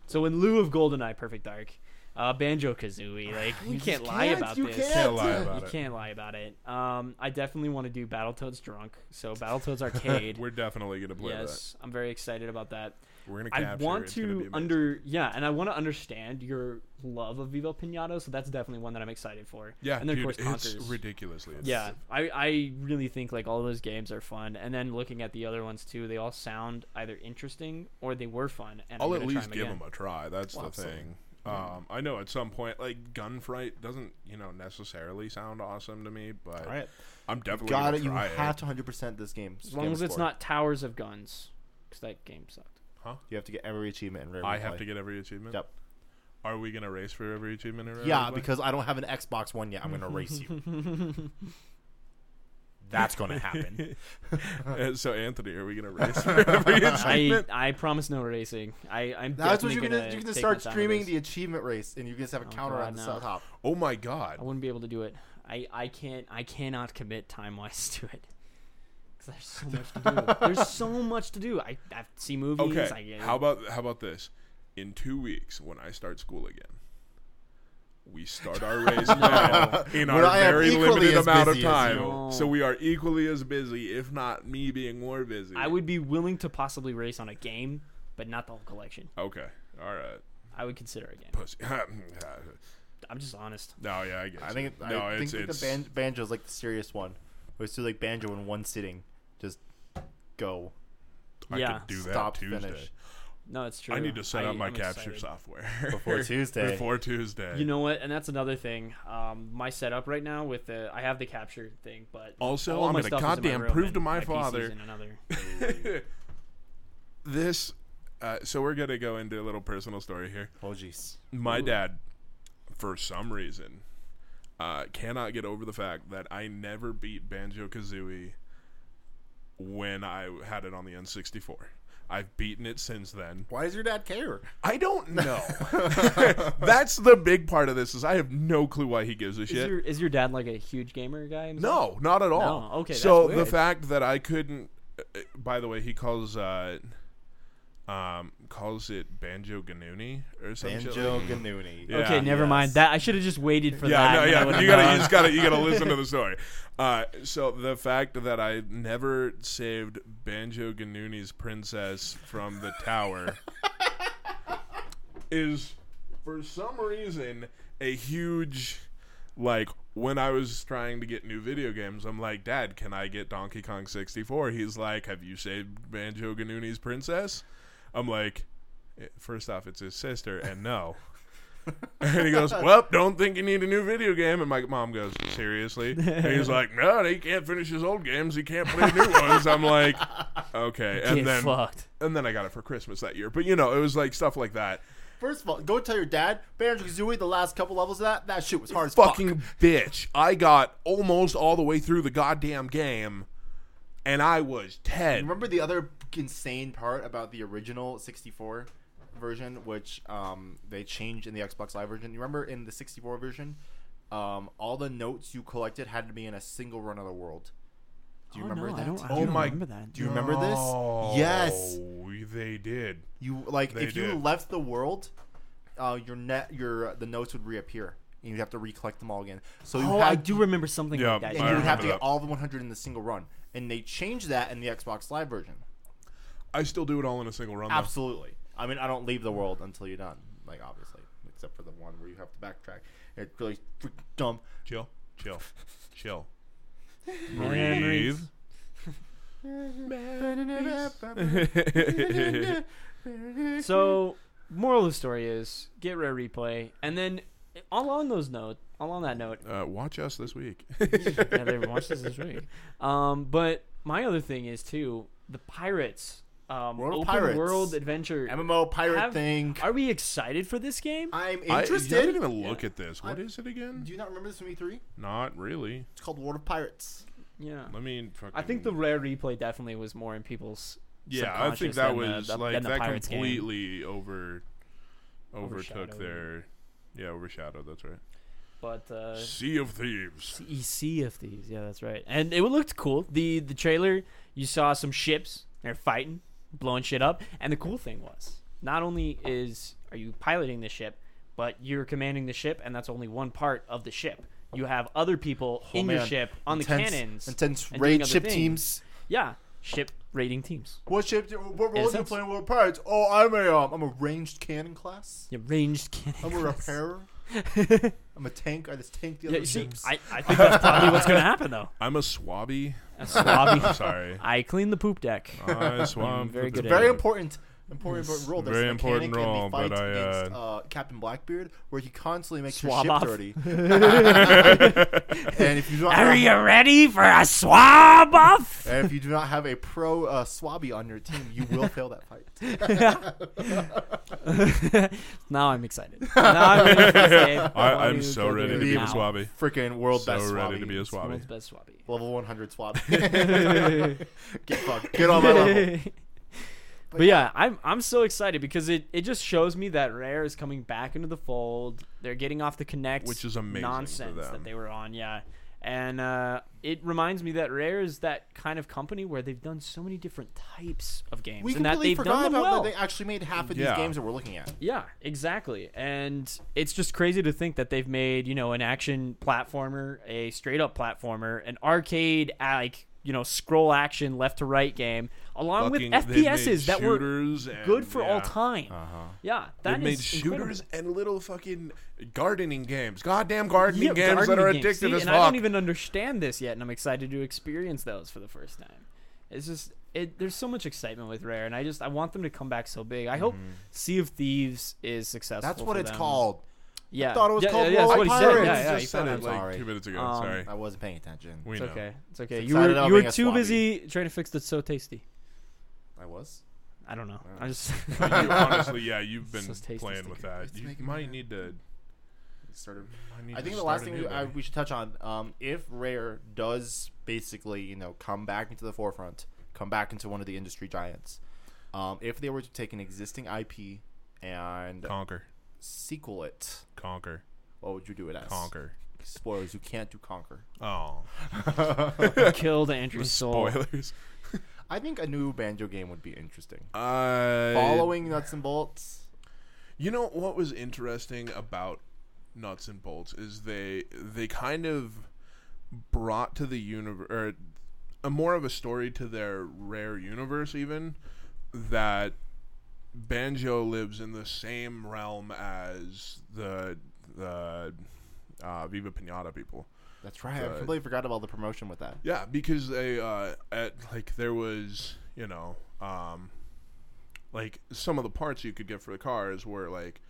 S2: so in lieu of GoldenEye, Perfect Dark, uh, Banjo Kazooie, like you,
S3: just
S2: can't lie
S3: can't,
S2: about
S3: you
S2: this.
S3: can't.
S1: Can't lie about
S2: You
S1: it.
S2: can't lie about it. Um, I definitely want to do Battletoads Drunk, so Battletoads Arcade.
S1: We're definitely gonna play
S2: yes, I'm very excited about that.
S1: that. We're gonna.
S2: I
S1: capture
S2: want
S1: it. It's gonna be
S2: to
S1: amazing.
S2: under yeah, and I want to understand your love of Viva Pinata, so that's definitely one that I'm excited for.
S1: Yeah,
S2: and then
S1: dude,
S2: of course
S1: it's
S2: Conkers.
S1: ridiculously.
S2: yeah,
S1: expensive.
S2: I I really think like all those games are fun, and then looking at the other ones too, they all sound either interesting or they were fun. And
S1: I'll at
S2: I'm gonna try
S1: least give
S2: again.
S1: them a try. That's
S3: Well,
S1: the
S3: absolutely.
S1: thing. Um, I know at some point, like gunfight doesn't you know necessarily sound awesome to me, but
S3: All right.
S1: I'm definitely
S3: Got
S1: gonna
S3: it. You
S1: try
S3: have to 100% this game.
S2: as long
S3: game
S2: as it's
S3: score.
S2: not Towers of Guns, because that game sucked.
S3: You have to get every achievement in rare.
S1: I
S3: replay.
S1: have to get every achievement.
S3: Yep.
S1: Are we gonna race for every achievement? in Rare
S3: Yeah,
S1: Replay?
S3: because I don't have an Xbox One yet. I'm gonna race you. That's gonna happen.
S1: Uh, so Anthony, are we gonna race for every
S2: I
S1: achievement?
S2: I promise no racing. I I'm
S3: That's what
S2: definitely
S3: you're gonna.
S2: gonna
S3: You're gonna
S2: take my
S3: start
S2: time with
S3: streaming
S2: this.
S3: the achievement race, and you just have a
S2: Oh,
S3: counter
S2: God,
S3: on the
S2: no.
S3: top.
S1: oh my
S2: I
S1: god!
S2: wouldn't be able to do it. I, I can't I cannot commit time wise to it. 'Cause There's so much to do. There's so much to do. I, I have to see movies. I
S1: Okay,
S2: get
S1: how about how about this? In two weeks, when I start school again, we start our race now in
S3: When
S1: our
S3: I am
S1: very
S3: equally
S1: limited
S3: as
S1: amount of
S3: busy as
S1: time.
S2: you.
S1: So we are equally as busy, if not me being more busy.
S2: I would be willing to possibly race on a game, but not the whole collection.
S1: Okay. All right.
S2: I would consider a game.
S1: Pussy. no,
S2: I'm just honest.
S1: yeah, I guess.
S3: I think.
S1: no,
S3: I
S1: it's,
S3: think that
S1: it's
S3: the ban- banjo is like the serious one. Where it's do like banjo in one sitting. Just go.
S1: I
S2: Yeah.
S1: could do that
S3: Stop,
S1: Tuesday.
S3: finish.
S2: No, it's true.
S1: I need to set up
S2: I-
S1: my
S2: I'm
S1: capture
S2: excited.
S1: software
S3: Before Tuesday.
S1: Before Tuesday.
S2: You know what? And that's another thing. Um, my setup right now with the I have the capture thing, but
S1: Also,
S2: all
S1: I'm
S2: my
S1: gonna
S2: stuff is in my
S1: goddamn
S2: room
S1: prove
S2: and
S1: to my
S2: PC's
S1: father-
S2: in another.
S1: this. Uh, so we're gonna go into a little personal story here.
S3: Oh jeez.
S1: My dad, for some reason, uh, cannot get over the fact that I never beat Banjo Kazooie when I had it on the N64. I've beaten it since then.
S3: Why does your dad care?
S1: I don't know. That's the big part of this is I have no clue why he gives a
S2: Is
S1: shit.
S2: your is your dad like a huge gamer guy? himself?
S1: No, not at all.
S2: No, okay, that's
S1: So the
S2: weird.
S1: fact that I couldn't, uh, by the way, he calls. Uh, um, calls it Banjo Ganuni or something.
S3: Banjo Ganuni.
S1: Yeah.
S2: okay, never
S3: Yes.
S2: mind that. I should have just waited for
S1: yeah,
S2: that. and I
S1: No, yeah,
S2: would've
S1: you gotta,
S2: known.
S1: you just gotta, you gotta listen to the story. Uh, so the fact that I never saved Banjo Ganuni's princess from the tower is, for some reason, a huge, like. When I was trying to get new video games, I'm like, Dad, can I get Donkey Kong 64? He's like, Have you saved Banjo Ganuni's princess? I'm like, "Eh, First off, it's his sister, and no. And he goes, Well, don't think you need a new video game. And my mom goes, Seriously? And he's like, No, he can't finish his old games. He can't play new ones. I'm like, Okay.
S2: Get
S1: And then,
S2: fucked.
S1: and then I got it for Christmas that year. But, you know, it was like stuff like that.
S3: First of all, go tell your dad. Banjo Kazooie, the last couple levels of that, that shit was hard as fuck.
S1: Fucking bitch. I got almost all the way through the goddamn game, and I was 10.
S3: Remember the other insane part about the original 64 version, which um, they changed in the Xbox Live version? You remember in the 64 version, um, all the notes you collected had to be in a single run of the world. Do you
S2: Oh,
S3: remember
S2: no,
S3: that?
S2: I don't, I
S1: Oh
S2: don't
S1: my-
S2: remember that.
S3: Do you remember this?
S1: No,
S3: Yes.
S1: They did.
S3: You like
S1: They
S3: if you
S1: did.
S3: left the world, uh, your net, your the notes would reappear, and you'd have to recollect them all again. So you
S2: Oh,
S3: had,
S2: I do remember something
S1: Yeah,
S2: like that.
S1: I
S3: and you would have
S1: remember
S3: to
S1: that.
S3: get all the 100 in the single run, and they changed that in the Xbox Live version.
S1: I still do it all in a single run. though.
S3: Absolutely. I mean, I don't leave the world until you're done. Like obviously, except for the one where you have to backtrack. It's really freaking dumb.
S1: Chill, chill, chill.
S2: Memories.
S1: Breathe.
S2: So, moral of the story is get rare replay, and then along those note, along that note,
S1: uh, watch us this week.
S2: yeah, they watched this this week. Um, but my other thing is too the pirates, um,
S3: World of
S2: open
S3: Pirates.
S2: world adventure.
S3: MMO pirate
S2: Have-
S3: thing.
S2: Are we excited for this game?
S3: I'm
S1: I, I
S3: interested.
S1: didn't even look at this. What is it again?
S3: do you not remember this from E3?
S1: Not really.
S3: It's called World of Pirates.
S2: yeah,
S1: Let me. Fucking,
S2: I think the rare replay definitely was more in people's
S1: yeah. I think
S2: subconscious
S1: that
S2: than the-
S1: was
S2: the-
S1: like
S2: than the
S1: that
S2: Pirates game.
S1: completely over overtook
S2: Overshadowed.
S1: their yeah overshadowed. That's right.
S2: But uh,
S1: Sea of Thieves.
S2: EC of these, yeah, that's right. And it looked cool. the The trailer, you saw some ships they're fighting, blowing shit up. And the cool thing was, not only is are you piloting the ship, but you're commanding the ship, and that's only one part of the ship. You have other people in your
S3: man.
S2: ship on the
S3: Intense-
S2: cannons,
S3: Intense
S2: and doing
S3: raid
S2: other
S3: ship
S2: things.
S3: teams.
S2: Yeah, ship raiding teams.
S3: What ship? do- What
S2: In a
S3: role do you
S2: sense.
S3: play in World of Pirates? Oh, I'm a um, I'm a ranged cannon class.
S2: Yeah, ranged cannon.
S3: I'm a
S2: class.
S3: repairer. I'm a tank. I just tank the
S2: Yeah,
S3: other
S2: you see,
S3: ships.
S2: I, I think that's probably what's gonna happen though.
S1: I'm a swabby.
S2: A swabby-
S1: Sorry.
S2: I clean the poop deck.
S1: I swab.
S2: very
S1: the
S2: good at
S3: Very
S1: poop.
S3: important. Important, important role. There's
S1: Very
S3: a mechanic
S1: important role,
S3: in the fight
S1: but I, uh,
S3: against uh, Captain Blackbeard, where he constantly makes
S2: Swab
S3: your
S2: off.
S3: ship dirty. and if you do not,
S2: Are
S3: have,
S2: you ready for a swab off?
S3: and if you do not have a pro uh, swabby on your team, you will fail that fight.
S2: now I'm excited. Now I'm ready for this game.
S1: I,
S2: Now
S1: I'm so
S2: I'm
S1: ready to
S2: ready
S1: be a
S2: now.
S1: swabby.
S3: Freaking world
S1: So
S3: best
S1: ready
S3: swabby.
S1: to be a swabby.
S2: World's best swabby.
S3: Level 100 swabby. get fucked. Get on my level.
S2: but yeah, I'm I'm so excited because it, it just shows me that Rare is coming back into the fold. They're getting off the connect,
S1: Which is amazing for
S2: nonsense
S1: them.
S2: that they were on. Yeah, and uh, it reminds me that Rare is that kind of company where they've done so many different types of games,
S3: We
S2: and that
S3: completely
S2: they've
S3: forgot
S2: done them
S3: about
S2: well.
S3: that they actually made half of
S1: Yeah.
S3: these games that we're looking at.
S2: Yeah, exactly. And it's just crazy to think that they've made, you know, an action platformer, a straight up platformer, an arcade uh, like, you know, scroll action left to right game, along
S1: Fucking-
S2: with
S1: they've made
S2: FPSs that were
S1: shooters and-
S2: good for all
S1: yeah.
S2: time. Yeah,
S1: They
S2: that is
S1: made
S2: incredible.
S1: shooters and little fucking gardening games. Goddamn gardening
S2: Yeah,
S1: games that
S2: gardening
S1: are
S2: games.
S1: addictive
S2: See,
S1: as
S2: and
S1: fuck.
S2: I don't even understand this yet, and I'm excited to experience those for the first time. It's just it, there's so much excitement with Rare, and I just I want them to come back so big. I hope
S1: Mm-hmm.
S2: Sea of Thieves is successful.
S3: That's what
S2: for
S3: it's
S2: them.
S3: called.
S2: Yeah,
S3: thought it was
S2: yeah,
S3: called
S2: yeah, yeah, that's
S3: Roll
S2: what he said.
S3: Pirates.
S2: Yeah, yeah,
S1: just
S2: he
S1: said
S2: found
S1: it
S2: it.
S1: like
S3: sorry.
S1: two minutes ago.
S2: Um,
S1: sorry,
S3: I wasn't paying attention.
S1: we
S2: It's
S1: know.
S2: okay. It's okay.
S3: It's
S2: You
S3: excited
S2: were
S3: about
S2: you were
S3: being a
S2: too
S3: swabby.
S2: busy trying to fix the so tasty.
S3: I was.
S2: I don't know. I just
S1: You- honestly, yeah, you've been
S2: So tasty
S1: playing
S2: sticker.
S1: with that.
S3: It's
S1: You
S3: making me
S1: might
S3: mad.
S1: need to.
S3: Started.
S1: might need
S3: I
S1: to
S3: think the
S1: start
S3: last
S1: a
S3: thing
S1: new
S3: we, I,
S1: one.
S3: we should touch on, um, if Rare does basically, you know, come back into the forefront, come back into one of the industry giants, um, if they were to take an existing IP and
S1: conquer,
S3: sequel it,
S1: conquer,
S3: what would you do it as?
S1: conquer.
S3: Spoilers, you can't do Conquer.
S1: Oh,
S2: kill the Andrew Soul.
S1: spoilers!
S3: I think a new banjo game would be interesting.
S1: I
S3: Following nuts and bolts.
S1: You know what was interesting about Nuts and Bolts is they they kind of brought to the universe or a more of a story to their rare universe even that Banjo lives in the same realm as the the uh, Viva Pinata people.
S3: That's right. I
S1: Uh,
S3: completely forgot about the promotion with that.
S1: Yeah, because they uh at like there was, you know, um like some of the parts you could get for the cars were like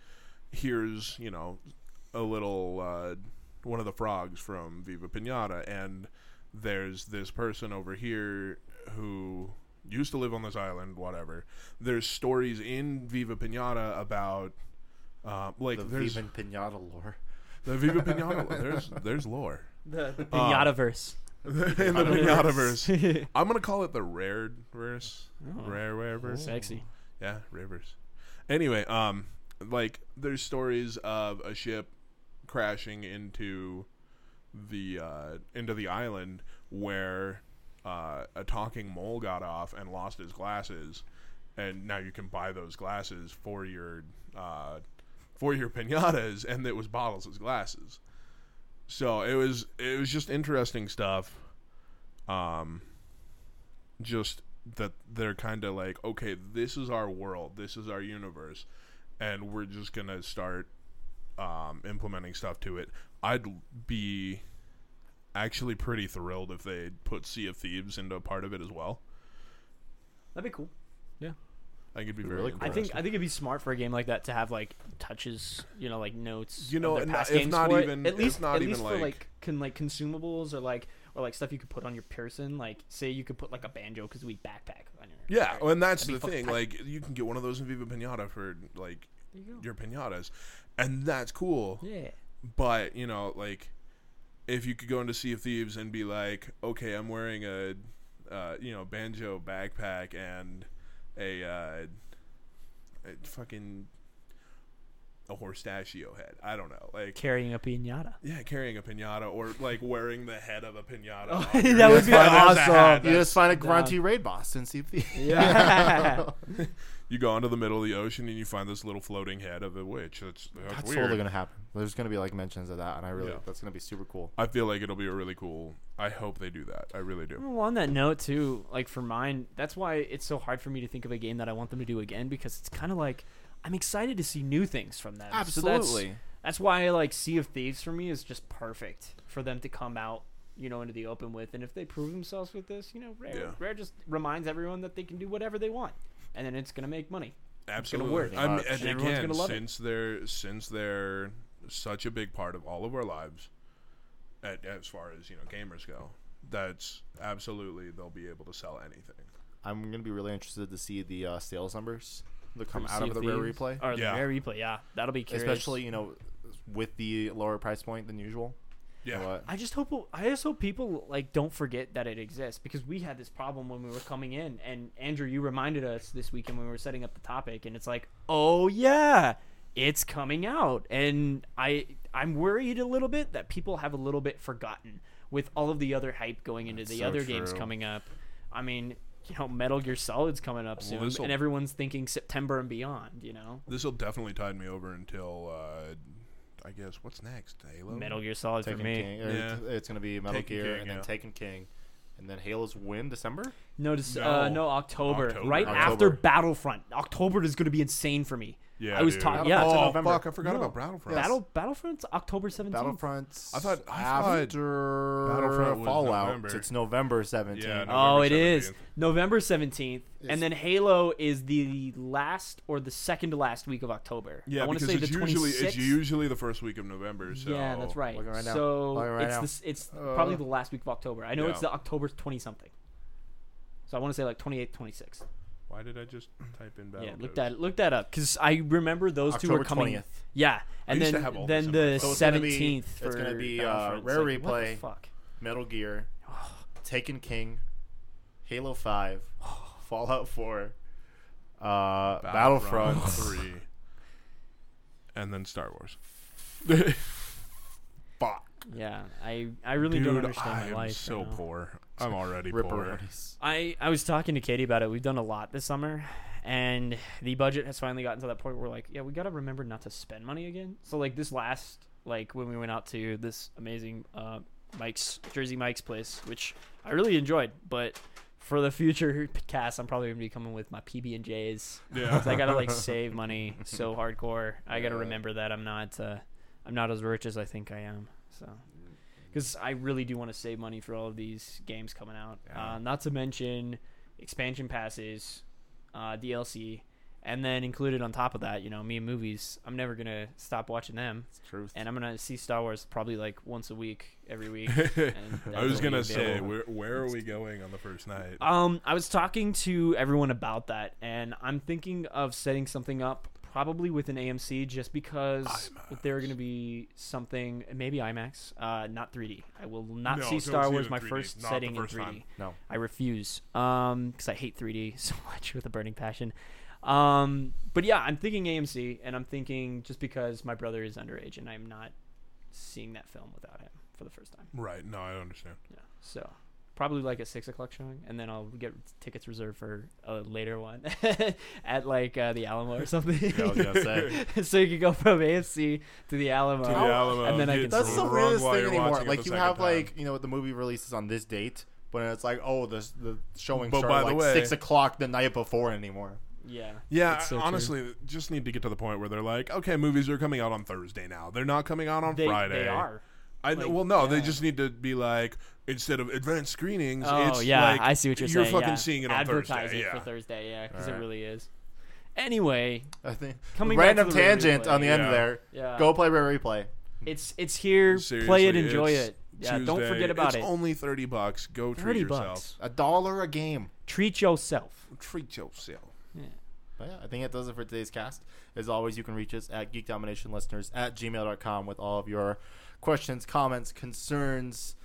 S1: here's, you know, a little uh one of the frogs from Viva Pinata and there's this person over here who used to live on this island, whatever. There's stories in Viva Pinata about uh, like
S3: The
S1: there's
S3: Viva Pinata lore.
S1: the Viva Pinata. There's there's lore
S2: The pinata verse.
S1: in Ah. the Pinata verse. I'm gonna call it the rare verse,
S2: Oh.
S1: rare rare verse.
S2: Sexy.
S1: Yeah, rare verse. Anyway, um, like there's stories of a ship crashing into the uh, into the island where uh, a talking mole got off and lost his glasses, and now you can buy those glasses for your uh, for your pinatas, and it was bottles as glasses. So it was it was just interesting stuff. Um, just that they're kind of like, okay, this is our world, this is our universe, and we're just gonna start um, implementing stuff to it. I'd l- be actually pretty thrilled if they put Sea of Thieves into a part of it as well.
S2: That'd be cool.
S1: I think it'd be
S3: Be
S1: very
S3: really cool.
S2: I think I
S1: interesting.
S2: think it'd be smart for a game like that to have like touches, you know, like notes.
S1: You
S2: of
S1: know,
S2: their
S1: and
S2: past
S1: if
S2: games
S1: not
S2: for it.
S1: even-
S2: at
S1: if
S2: least
S1: not
S2: at
S1: even,
S2: least
S1: like-
S2: for like can like consumables or like or like stuff you could put on your person. Like say you could put like a banjo because we backpack on your.
S1: yeah, well, and that's
S2: That'd be
S1: the
S2: fucking
S1: thing.
S2: tight.
S1: Like, you can get one of those in Viva Pinata for like
S2: There you go.
S1: your pinatas, and that's cool.
S2: Yeah.
S1: but you know like if you could go into sea of thieves and be like okay i'm wearing a uh, you know banjo backpack and a, uh, a fucking a horstachio head i don't know like
S2: Carrying a pinata.
S1: yeah carrying a piñata or like wearing the head of a piñata
S2: Oh,
S1: on your-
S2: that would be
S1: Yeah, that's a hat.
S2: awesome.
S3: You just find a
S2: Nah.
S3: grunty raid boss and see if the.
S2: Yeah.
S1: you go into the middle of the ocean and you find this little floating head of a witch that's, that's,
S3: That's
S1: weird
S3: totally gonna happen. There's gonna be like mentions of that, and I really
S1: Yeah.
S3: that's gonna be super cool.
S1: i feel like it'll be a really cool i hope they do that i really do
S2: Well, on that note too, like for mine, that's why it's so hard for me to think of a game that I want them to do again because it's kind of like I'm excited to see new things from them. So that's-
S3: Absolutely.
S2: that's why like Sea of Thieves for me is just perfect for them to come out, you know, into the open with. And if they prove themselves with this, you know, Rare,
S1: Yeah.
S2: Rare just reminds everyone that they can do whatever they want, and then it's gonna make money. gonna
S1: Absolutely.
S2: work.
S1: I mean, and
S3: Uh,
S2: and everyone's
S1: again,
S2: gonna love it.
S1: since they're since they're such a big part of all of our lives, at, as far as you know, gamers go, that's absolutely they'll be able to sell anything.
S3: I'm gonna be really interested to see the uh, sales numbers that come
S2: For
S3: out
S2: Sea
S3: of the rare
S2: Thieves.
S3: replay,
S2: Or
S1: Yeah.
S2: the Rare replay, yeah, that'll be curious.
S3: especially you know with the lower price point than usual. You know
S1: Yeah,
S3: what?
S2: I just hope I just hope people like don't forget that it exists because we had this problem when we were coming in and Andrew you reminded us this weekend when we were setting up the topic and it's like oh yeah it's coming out and I I'm worried a little bit that people have a little bit forgotten with all of the other hype going into the
S1: so
S2: other games
S1: true.
S2: coming up I mean you know Metal Gear Solid's coming up soon
S1: this'll-
S2: and everyone's thinking September and beyond you know
S1: this will definitely tide me over until uh, I guess what's next, Halo.
S2: Metal Gear Solid
S3: Taken
S2: for me
S3: King. or
S1: Yeah.
S3: It's gonna be Metal
S1: Taken
S3: Gear
S1: King,
S3: and then
S1: yeah.
S3: Taken King, and then Halo's win December.
S2: No, just, uh,
S1: No.
S2: no October,
S1: October.
S2: right
S3: October.
S2: after Battlefront. October is going to be insane for me.
S1: Yeah,
S2: I was
S1: dude.
S2: talking. Yeah,
S3: Battlefront's in
S1: Oh
S3: November.
S1: fuck! I forgot
S2: No.
S1: about Battlefront.
S2: Battle Battlefront's October seventeenth.
S3: Battlefront.
S1: I thought- I thought
S3: after
S1: Battlefront was
S3: Fallout.
S1: November.
S3: It's November 17th.
S1: Yeah, no-
S2: Oh, it
S1: November
S2: is
S1: 17th.
S2: November seventeenth,
S3: Yes.
S2: and then Halo is the last or the second to last week of October.
S1: Yeah,
S2: I want to
S1: because
S2: say
S1: it's
S2: the
S1: usually it's
S2: 26th.
S1: usually the first week of November. So
S2: Yeah, that's right.
S3: Looking right now.
S2: so
S3: Looking right
S2: it's
S3: now.
S2: this, it's
S3: Uh,
S2: probably the last week of October. I know it's
S1: yeah.
S2: the October twenty something. So I want to say like 28th, 26th.
S1: Why did I just type in Battle?
S2: Yeah, look that look that up because I remember those two
S3: October
S2: were coming.
S3: 20th.
S2: Yeah, and
S1: used to
S2: then
S1: have all this
S2: then
S1: in my phone.
S2: the
S1: So
S3: it's gonna be-
S2: seventeenth.
S3: it's gonna be, uh, Rare Replay.
S2: fuck.
S3: Metal Gear, Taken King, Halo 5, Fallout 4, uh, Battlefront,
S1: Three, and then Star Wars.
S3: Fuck.
S2: Yeah, I I really don't
S1: Dude,
S2: understand
S1: I
S2: my
S1: am
S2: life.
S1: so
S2: right now.
S1: poor. I'm already poor.
S3: Ripperonis.
S2: I, I was talking to Katie about it. We've done a lot this summer, and the budget has finally gotten to that point where like, yeah, we got to remember not to spend money again. So like this last like when we went out to this amazing uh, Mike's Jersey Mike's place, which I really enjoyed, but for the future cast, I'm probably gonna be coming with my PB and J's.
S1: Yeah.
S2: I gotta like save money so hardcore. I gotta
S1: Yeah.
S2: remember that I'm not uh, I'm not as rich as I think I am. So
S1: Mm.
S2: because I really do want to save money for all of these games coming out.
S1: Yeah.
S2: Uh, not to mention expansion passes, uh, DLC, and then included on top of that, you know, me and movies. I'm never gonna stop watching them,
S3: It's truth.
S2: and I'm gonna see Star Wars probably like once a week, every week. And
S1: I was
S2: that'll
S1: gonna
S2: be
S1: say,
S2: available.
S1: where where are we going on the first night?
S2: Um, I was talking to everyone about that, and I'm thinking of setting something up probably with an AMC just because
S1: IMAX.
S2: they're going to be something, maybe IMAX, uh, not 3D. I will not
S1: No,
S2: see
S1: don't
S2: Star
S1: see it
S2: Wars
S1: in
S2: my
S1: 3D,
S2: first
S1: not the
S2: setting
S1: first
S2: in 3D.
S1: time.
S3: no.
S2: I refuse Um 'cause because I hate 3D so much with a burning passion. Um, but yeah, I'm thinking AMC, and I'm thinking just because my brother is underage and I'm not seeing that film without him for the first time.
S1: Right. No, I understand.
S2: Yeah. So probably like a six o'clock showing, and then I'll get tickets reserved for a later one at like uh, the Alamo or something.
S3: Yeah, I was gonna say.
S2: so you can go from AFC to the Alamo.
S1: To the Alamo,
S2: And then I
S1: dude,
S2: can
S1: that's
S2: sleep.
S1: so- wrong while you're watching it
S3: Like
S1: the
S3: you
S1: second
S3: have like
S1: time.
S3: you know the movie releases on this date, but it's like oh the the showing
S1: But
S3: started
S1: by the
S3: like
S1: way-
S3: six o'clock the night before anymore.
S2: Yeah.
S1: Yeah,
S2: It's so
S1: I-
S2: true.
S1: honestly, just need to get to the point where they're like, okay, movies are coming out on Thursday now. They're not coming out on
S2: They,
S1: Friday.
S2: they are.
S1: I
S2: Like,
S1: well, no, they
S2: yeah.
S1: just need to be like instead of advanced screenings.
S2: Oh
S1: it's
S2: yeah,
S1: like,
S2: I see what you're,
S1: you're
S2: saying.
S1: fucking
S2: yeah.
S1: seeing it on
S2: Advertise
S1: Thursday.
S2: it
S1: yeah.
S2: for Thursday. Yeah, because it
S3: Alright.
S2: really is. Anyway,
S3: I think
S2: Coming back
S3: random
S2: to the
S3: tangent on the end
S1: replay.
S3: there.
S2: yeah,
S3: Go play rare replay.
S2: It's it's here.
S1: Seriously,
S2: play it, enjoy
S1: it's
S2: it. Yeah, don't
S1: Tuesday.
S2: forget about
S1: it's
S2: it.
S1: Only thirty bucks. Go treat
S2: Thirty
S1: yourself.
S2: bucks.
S3: A dollar a game.
S2: Treat yourself.
S1: Treat yourself.
S2: Yeah.
S3: But yeah, I think that does it for today's cast. As always, you can reach us at geekdominationlisteners at gmail.com with all of your questions, comments, concerns,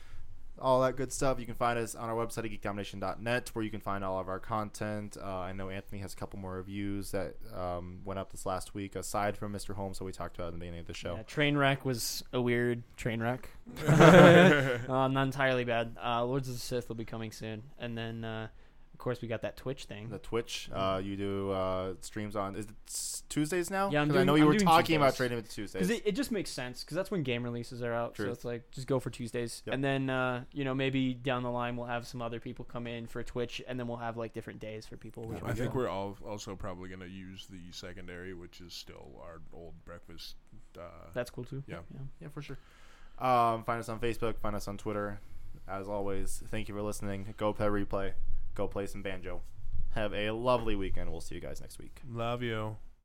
S3: all that good stuff. You can find us on our website at geekdomination.net where you can find all of our content. Uh, I know Anthony has a couple more reviews that um, went up this last week, aside from Mr. Holmes, that we talked about in the beginning of the show.
S2: Yeah, train wreck was a weird train wreck. uh, not entirely bad. Uh, Lords of the Sith will be coming soon, and then uh, of course we got that Twitch thing.
S3: The Twitch, uh, you do uh, streams on is it s- Tuesdays now?
S2: Mm-hmm. Yeah, I'm
S3: 'Cause I
S2: doing-
S3: know you
S2: I'm
S3: were
S2: doing
S3: talking about
S2: Tuesdays.
S3: trading with Tuesdays.
S2: Because it, it just makes sense. Because that's when game releases are out. So
S3: Truth.
S2: it's like just go for Tuesdays,
S3: Yep.
S2: and then uh, you know maybe down the line we'll have some other people come in for Twitch, and then we'll have like different days for people.
S1: I think we're all also probably going to use the secondary, which is still our old breakfast. Uh,
S2: that's cool too.
S1: Yeah.
S3: Yeah, for sure. Um, find us on Facebook. Find us on Twitter. As always, thank you for listening. Go play replay. Go play some banjo. Have a lovely weekend. We'll see you guys next week.
S1: Love you.